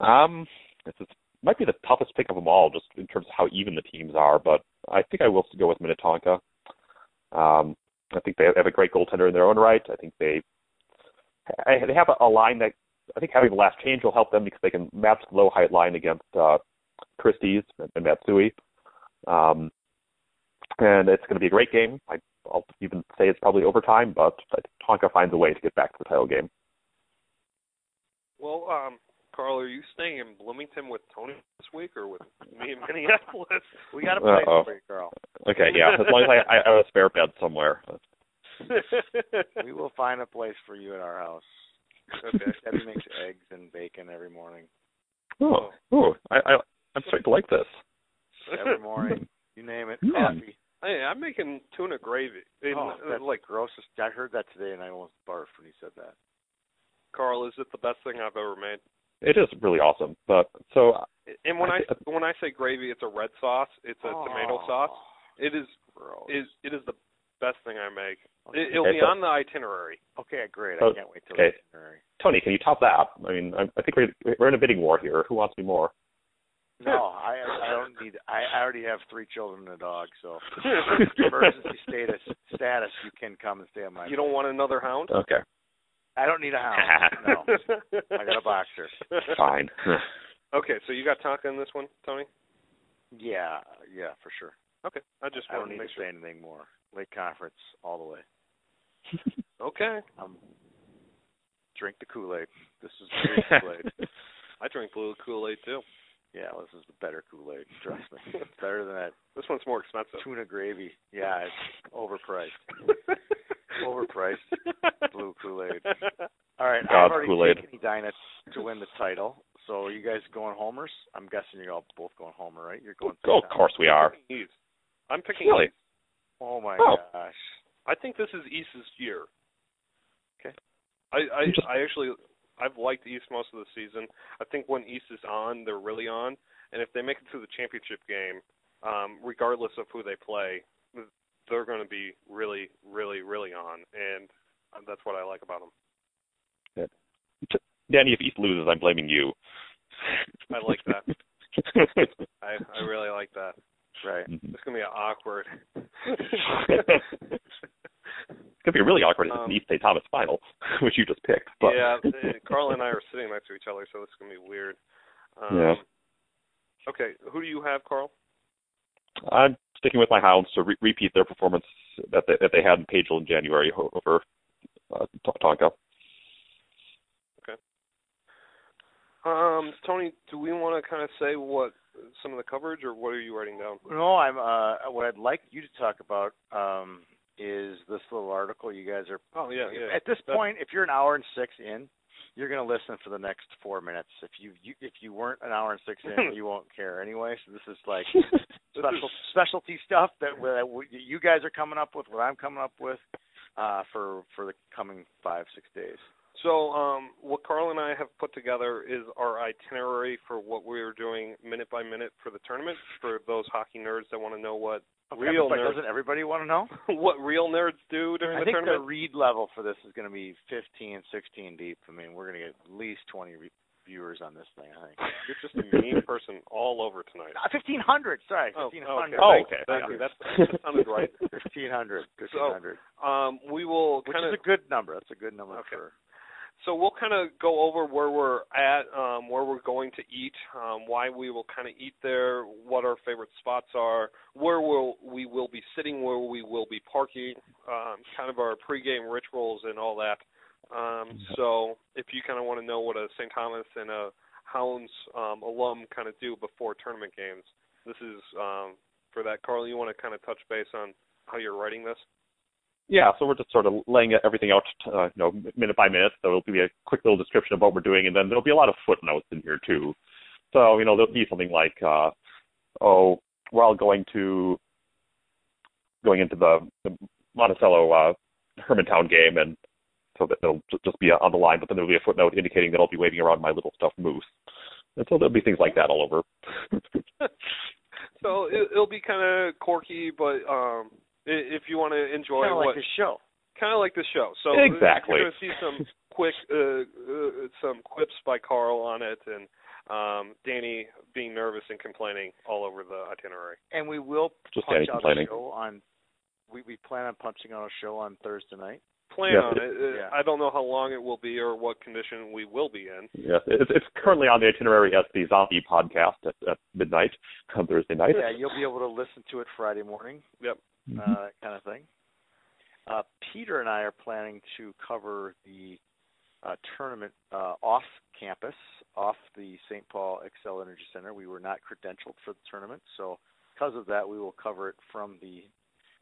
[SPEAKER 4] Um, this is, might be the toughest pick of them all, just in terms of how even the teams are. But I think I will go with Minnetonka. Um, I think they have a great goaltender in their own right. I think they I- they have a, a line that I think having the last change will help them because they can match the low height line against uh, Christie's and, and Matsui. Um, and it's going to be a great game. I, I'll even say it's probably overtime, but I think Tonka finds a way to get back to the title game.
[SPEAKER 2] Well, um, Carl, are you staying in Bloomington with Tony this week or with me in Minneapolis?
[SPEAKER 3] We got a place
[SPEAKER 4] Uh-oh.
[SPEAKER 3] for you, Carl.
[SPEAKER 4] Okay, yeah. As long as I, I, I have a spare bed somewhere.
[SPEAKER 3] We will find a place for you at our house.
[SPEAKER 2] okay.
[SPEAKER 3] Debbie makes eggs and bacon every morning.
[SPEAKER 4] Oh, oh, I, I, I'm starting to like this.
[SPEAKER 3] Every morning, you name it,
[SPEAKER 4] Yeah.
[SPEAKER 3] coffee.
[SPEAKER 2] Hey, I'm making tuna gravy. And,
[SPEAKER 3] Oh,
[SPEAKER 2] uh,
[SPEAKER 3] that's
[SPEAKER 2] like,
[SPEAKER 3] like grossest. I heard that today, and I almost barfed when he said that.
[SPEAKER 2] Carl, is it the best thing I've ever made?
[SPEAKER 4] It is really awesome. But so,
[SPEAKER 2] And when I
[SPEAKER 4] I thi-
[SPEAKER 2] when I say gravy, it's a red sauce. It's a tomato
[SPEAKER 3] Oh,
[SPEAKER 2] sauce. It is
[SPEAKER 3] Gross.
[SPEAKER 2] is it is the best thing I make. It,
[SPEAKER 3] okay.
[SPEAKER 2] it'll be
[SPEAKER 4] so-
[SPEAKER 2] on the itinerary.
[SPEAKER 3] okay, great.
[SPEAKER 4] Oh,
[SPEAKER 3] I can't wait till
[SPEAKER 4] okay.
[SPEAKER 3] the itinerary.
[SPEAKER 4] Tony, can you top that? I mean, I, I think we're we're in a bidding war here. Who wants me more?
[SPEAKER 3] No, I I don't need. I I already have three children and a dog, so emergency status status. You can come and stay at my.
[SPEAKER 2] You don't want another hound?
[SPEAKER 4] Okay,
[SPEAKER 3] I don't need a house. No, I got a boxer.
[SPEAKER 4] fine.
[SPEAKER 2] okay, so you got Tonka in this one, Tony?
[SPEAKER 3] Yeah, yeah, for sure.
[SPEAKER 2] Okay, I just
[SPEAKER 3] I don't
[SPEAKER 2] wanted
[SPEAKER 3] need
[SPEAKER 2] to
[SPEAKER 3] to
[SPEAKER 2] make sure.
[SPEAKER 3] say anything more. Late conference all the way.
[SPEAKER 2] Okay,
[SPEAKER 3] Um, drink the Kool Aid. This is the Kool Aid.
[SPEAKER 2] I drink blue Kool Aid too.
[SPEAKER 3] Yeah, this is the better Kool Aid. Trust me, it's better than that
[SPEAKER 2] This one's more expensive.
[SPEAKER 3] tuna gravy. Yeah, it's overpriced. Overpriced blue Kool Aid. All right, I've
[SPEAKER 4] God's
[SPEAKER 3] already
[SPEAKER 4] Kool-Aid.
[SPEAKER 3] taken Edina to win the title. So are you guys going homers? I'm guessing you're all both going homer, right? You're going.
[SPEAKER 4] oh, of
[SPEAKER 3] St. Thomas.
[SPEAKER 4] course we are.
[SPEAKER 2] East. I'm picking
[SPEAKER 4] Really?
[SPEAKER 2] East.
[SPEAKER 3] Oh my
[SPEAKER 4] Oh.
[SPEAKER 3] gosh.
[SPEAKER 2] I think this is East's year.
[SPEAKER 3] Okay.
[SPEAKER 2] I I,
[SPEAKER 4] Interesting.
[SPEAKER 2] I actually I've liked East most of the season. I think when East is on, they're really on, and if they make it to the championship game, um, regardless of who they play, they're going to be really, really, really on, and that's what I like about them.
[SPEAKER 4] Danny, if East loses, I'm blaming you.
[SPEAKER 2] I like that. I I really like that.
[SPEAKER 3] Right.
[SPEAKER 2] It's going to be awkward.
[SPEAKER 4] It's gonna be really awkward if it's
[SPEAKER 2] Um,
[SPEAKER 4] an East State Thomas final, which you just picked. But
[SPEAKER 2] yeah, uh, Carl and I are sitting next to each other, so this is going to be weird. Um,
[SPEAKER 4] Yeah.
[SPEAKER 2] Okay, who do you have, Carl?
[SPEAKER 4] I'm sticking with my Hounds to re- repeat their performance that they, that they had in Pagel in January ho- over uh, T- Tonka.
[SPEAKER 2] Um, Tony, do we want to kind of say what some of the coverage, or what are you writing down?
[SPEAKER 3] No, I'm. Uh, what I'd like you to talk about um, is this little article you guys are.
[SPEAKER 2] Oh yeah, yeah.
[SPEAKER 3] At this
[SPEAKER 2] That's-
[SPEAKER 3] point, if you're an hour and six in, you're going to listen for the next four minutes. If you, you if you weren't an hour and six in, you won't care anyway. So this is like special specialty stuff that, we- that we, you guys are coming up with, what I'm coming up with, uh, for for the coming five six days.
[SPEAKER 2] So, um, what Carl and I have put together is our itinerary for what we are doing minute by minute for the tournament. For those hockey nerds that want to know what real
[SPEAKER 3] but
[SPEAKER 2] nerds,
[SPEAKER 3] doesn't everybody want to know?
[SPEAKER 2] what real nerds do during
[SPEAKER 3] I
[SPEAKER 2] the
[SPEAKER 3] think the
[SPEAKER 2] tournament.
[SPEAKER 3] read level for this is going to be 15, 16 deep. I mean, we're going to get at least 20 re- viewers on this thing. I think.
[SPEAKER 2] You're just a mean person all over tonight.
[SPEAKER 3] Uh, 1500. Sorry,
[SPEAKER 2] Oh, Oh,
[SPEAKER 3] 1500.
[SPEAKER 2] okay.
[SPEAKER 4] Oh, okay.
[SPEAKER 2] Thank you. That's- that sounded right.
[SPEAKER 3] 1500. 1500.
[SPEAKER 2] Um, we will
[SPEAKER 3] which
[SPEAKER 2] kind of
[SPEAKER 3] is a good number. That's a good number
[SPEAKER 2] Okay.
[SPEAKER 3] for.
[SPEAKER 2] so we'll kind of go over where we're at, um, where we're going to eat, um, why we will kind of eat there, what our favorite spots are, where we'll, we will be sitting, where we will be parking, um, kind of our pregame rituals and all that. Um, so if you kind of want to know what a St. Thomas and a Hounds um, alum kind of do before tournament games, this is um, for that. Carl, you want to kind of touch base on how you're writing this?
[SPEAKER 4] Yeah, so we're just sort of laying everything out, uh, you know, minute by minute. So it'll be a quick little description of what we're doing, and then there'll be a lot of footnotes in here too. So you know, there'll be something like, uh, oh, while going to going into the, the Monticello uh, Hermantown game, and so that they'll ju- just be on the line. But then there'll be a footnote indicating that I'll be waving around my little stuffed moose, and so there'll be things like that all over.
[SPEAKER 2] So it, it'll be kind of quirky, but um, i- if you want to enjoy
[SPEAKER 3] Kind of
[SPEAKER 2] what
[SPEAKER 3] like the show.
[SPEAKER 2] kind of like the show. So
[SPEAKER 4] Exactly.
[SPEAKER 2] You're going to see some quick, uh, uh, some quips by Carl on it, and um, Danny being nervous and complaining all over the itinerary.
[SPEAKER 3] And we will
[SPEAKER 4] Just
[SPEAKER 3] punch
[SPEAKER 4] Danny
[SPEAKER 3] out a
[SPEAKER 4] complaining.
[SPEAKER 3] show on. We we plan on punching out a show on Thursday night.
[SPEAKER 2] Plan
[SPEAKER 4] Yes,
[SPEAKER 2] on
[SPEAKER 4] it-
[SPEAKER 2] it. Uh,
[SPEAKER 3] yeah.
[SPEAKER 2] I don't know how long it will be or what condition we will be in.
[SPEAKER 4] Yes, it's, it's currently on the itinerary as the Zombie Podcast at, at midnight on Thursday night.
[SPEAKER 3] Yeah, you'll be able to listen to it Friday morning,
[SPEAKER 2] Yep.
[SPEAKER 4] Mm-hmm.
[SPEAKER 3] uh, kind of thing. Uh, Peter and I are planning to cover the uh, tournament uh, off campus, off the St. Paul Excel Energy Center. We were not credentialed for the tournament, so because of that, we will cover it from the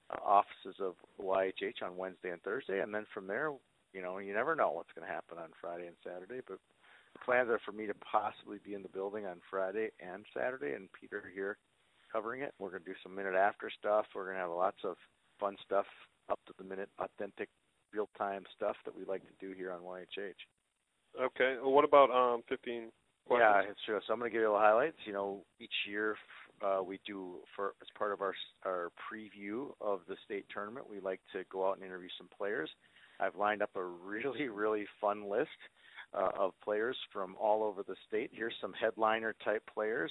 [SPEAKER 3] uh, offices of YHH on Wednesday and Thursday, and then from there, you know, you never know what's going to happen on Friday and Saturday, but the plans are for me to possibly be in the building on Friday and Saturday, and Peter here covering it. We're going to do some minute after stuff. We're going to have lots of fun stuff, up to the minute, authentic, real time stuff that we like to do here on YHH.
[SPEAKER 2] Okay. Well, what about um, 15 questions?
[SPEAKER 3] Yeah, it's true. So I'm going to give you the highlights. You know, each year f- uh, we do for as part of our s- our preview of the state tournament, we like to go out and interview some players. I've lined up a really really fun list uh, of players from all over the state. Here's some headliner type players: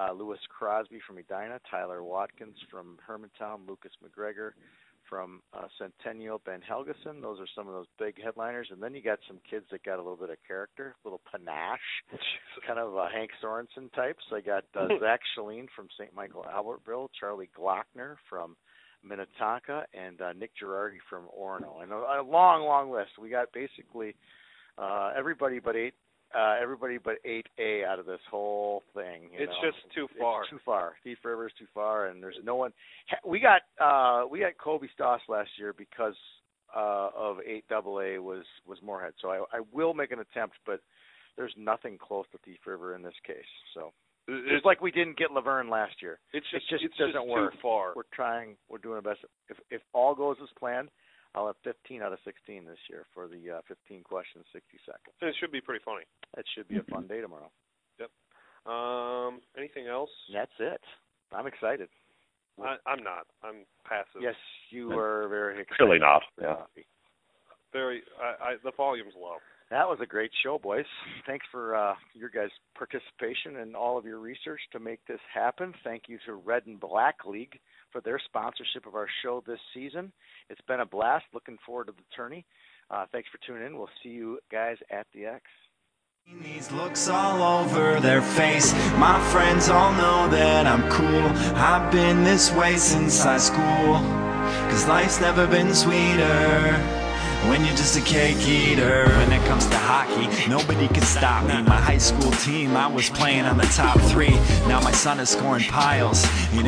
[SPEAKER 3] uh, Lewis Crosby from Edina, Tyler Watkins from Hermantown, Lucas McGregor from uh, Centennial, Ben Helgeson. Those are some of those big headliners. And then you got some kids that got a little bit of character, a little panache kind of uh, Hank Sorensen types. I got uh, Zach Shaleen from St. Michael Albertville, Charlie Glockner from Minnetonka, and uh, Nick Girardi from Orono. And a, a long, long list. We got basically uh, everybody but eight, uh, everybody but eight A out of this whole thing. you
[SPEAKER 2] It's
[SPEAKER 3] know.
[SPEAKER 2] just too far.
[SPEAKER 3] It's too far. Thief River's too far, and there's no one. he- We got uh, we got Kobe Stoss last year because uh, of eight AA was was Moorhead. So I, I will make an attempt, but there's nothing close to Thief River in this case. So
[SPEAKER 2] It-
[SPEAKER 3] it's like we didn't get Laverne last year.
[SPEAKER 2] it's
[SPEAKER 3] it
[SPEAKER 2] just
[SPEAKER 3] just
[SPEAKER 2] it's
[SPEAKER 3] doesn't
[SPEAKER 2] too
[SPEAKER 3] work.
[SPEAKER 2] far.
[SPEAKER 3] We're trying. We're doing our best. If if all goes as planned, I'll have 15 out of 16 this year for the uh, 15 questions, 60 seconds.
[SPEAKER 2] It should be pretty funny.
[SPEAKER 3] That should be a fun day tomorrow.
[SPEAKER 2] Um, anything else?
[SPEAKER 3] And that's it. I'm excited.
[SPEAKER 2] I, I'm not. I'm passive.
[SPEAKER 3] Yes, you are very excited.
[SPEAKER 4] Clearly not. Yeah.
[SPEAKER 2] Very. I, I, the volume's low.
[SPEAKER 3] That was a great show, boys. Thanks for uh, your guys' participation and all of your research to make this happen. Thank you to Red and Black League for their sponsorship of our show this season. It's been a blast. Looking forward to the tourney. Uh, thanks for tuning in. We'll see you guys at the X.
[SPEAKER 1] These looks all over their face. My friends all know that I'm cool. I've been this way since high school. Cause life's never been sweeter. When you're just a cake eater. When it comes to hockey, nobody can stop me. My high school team, I was playing on the top three. Now my son is scoring piles. in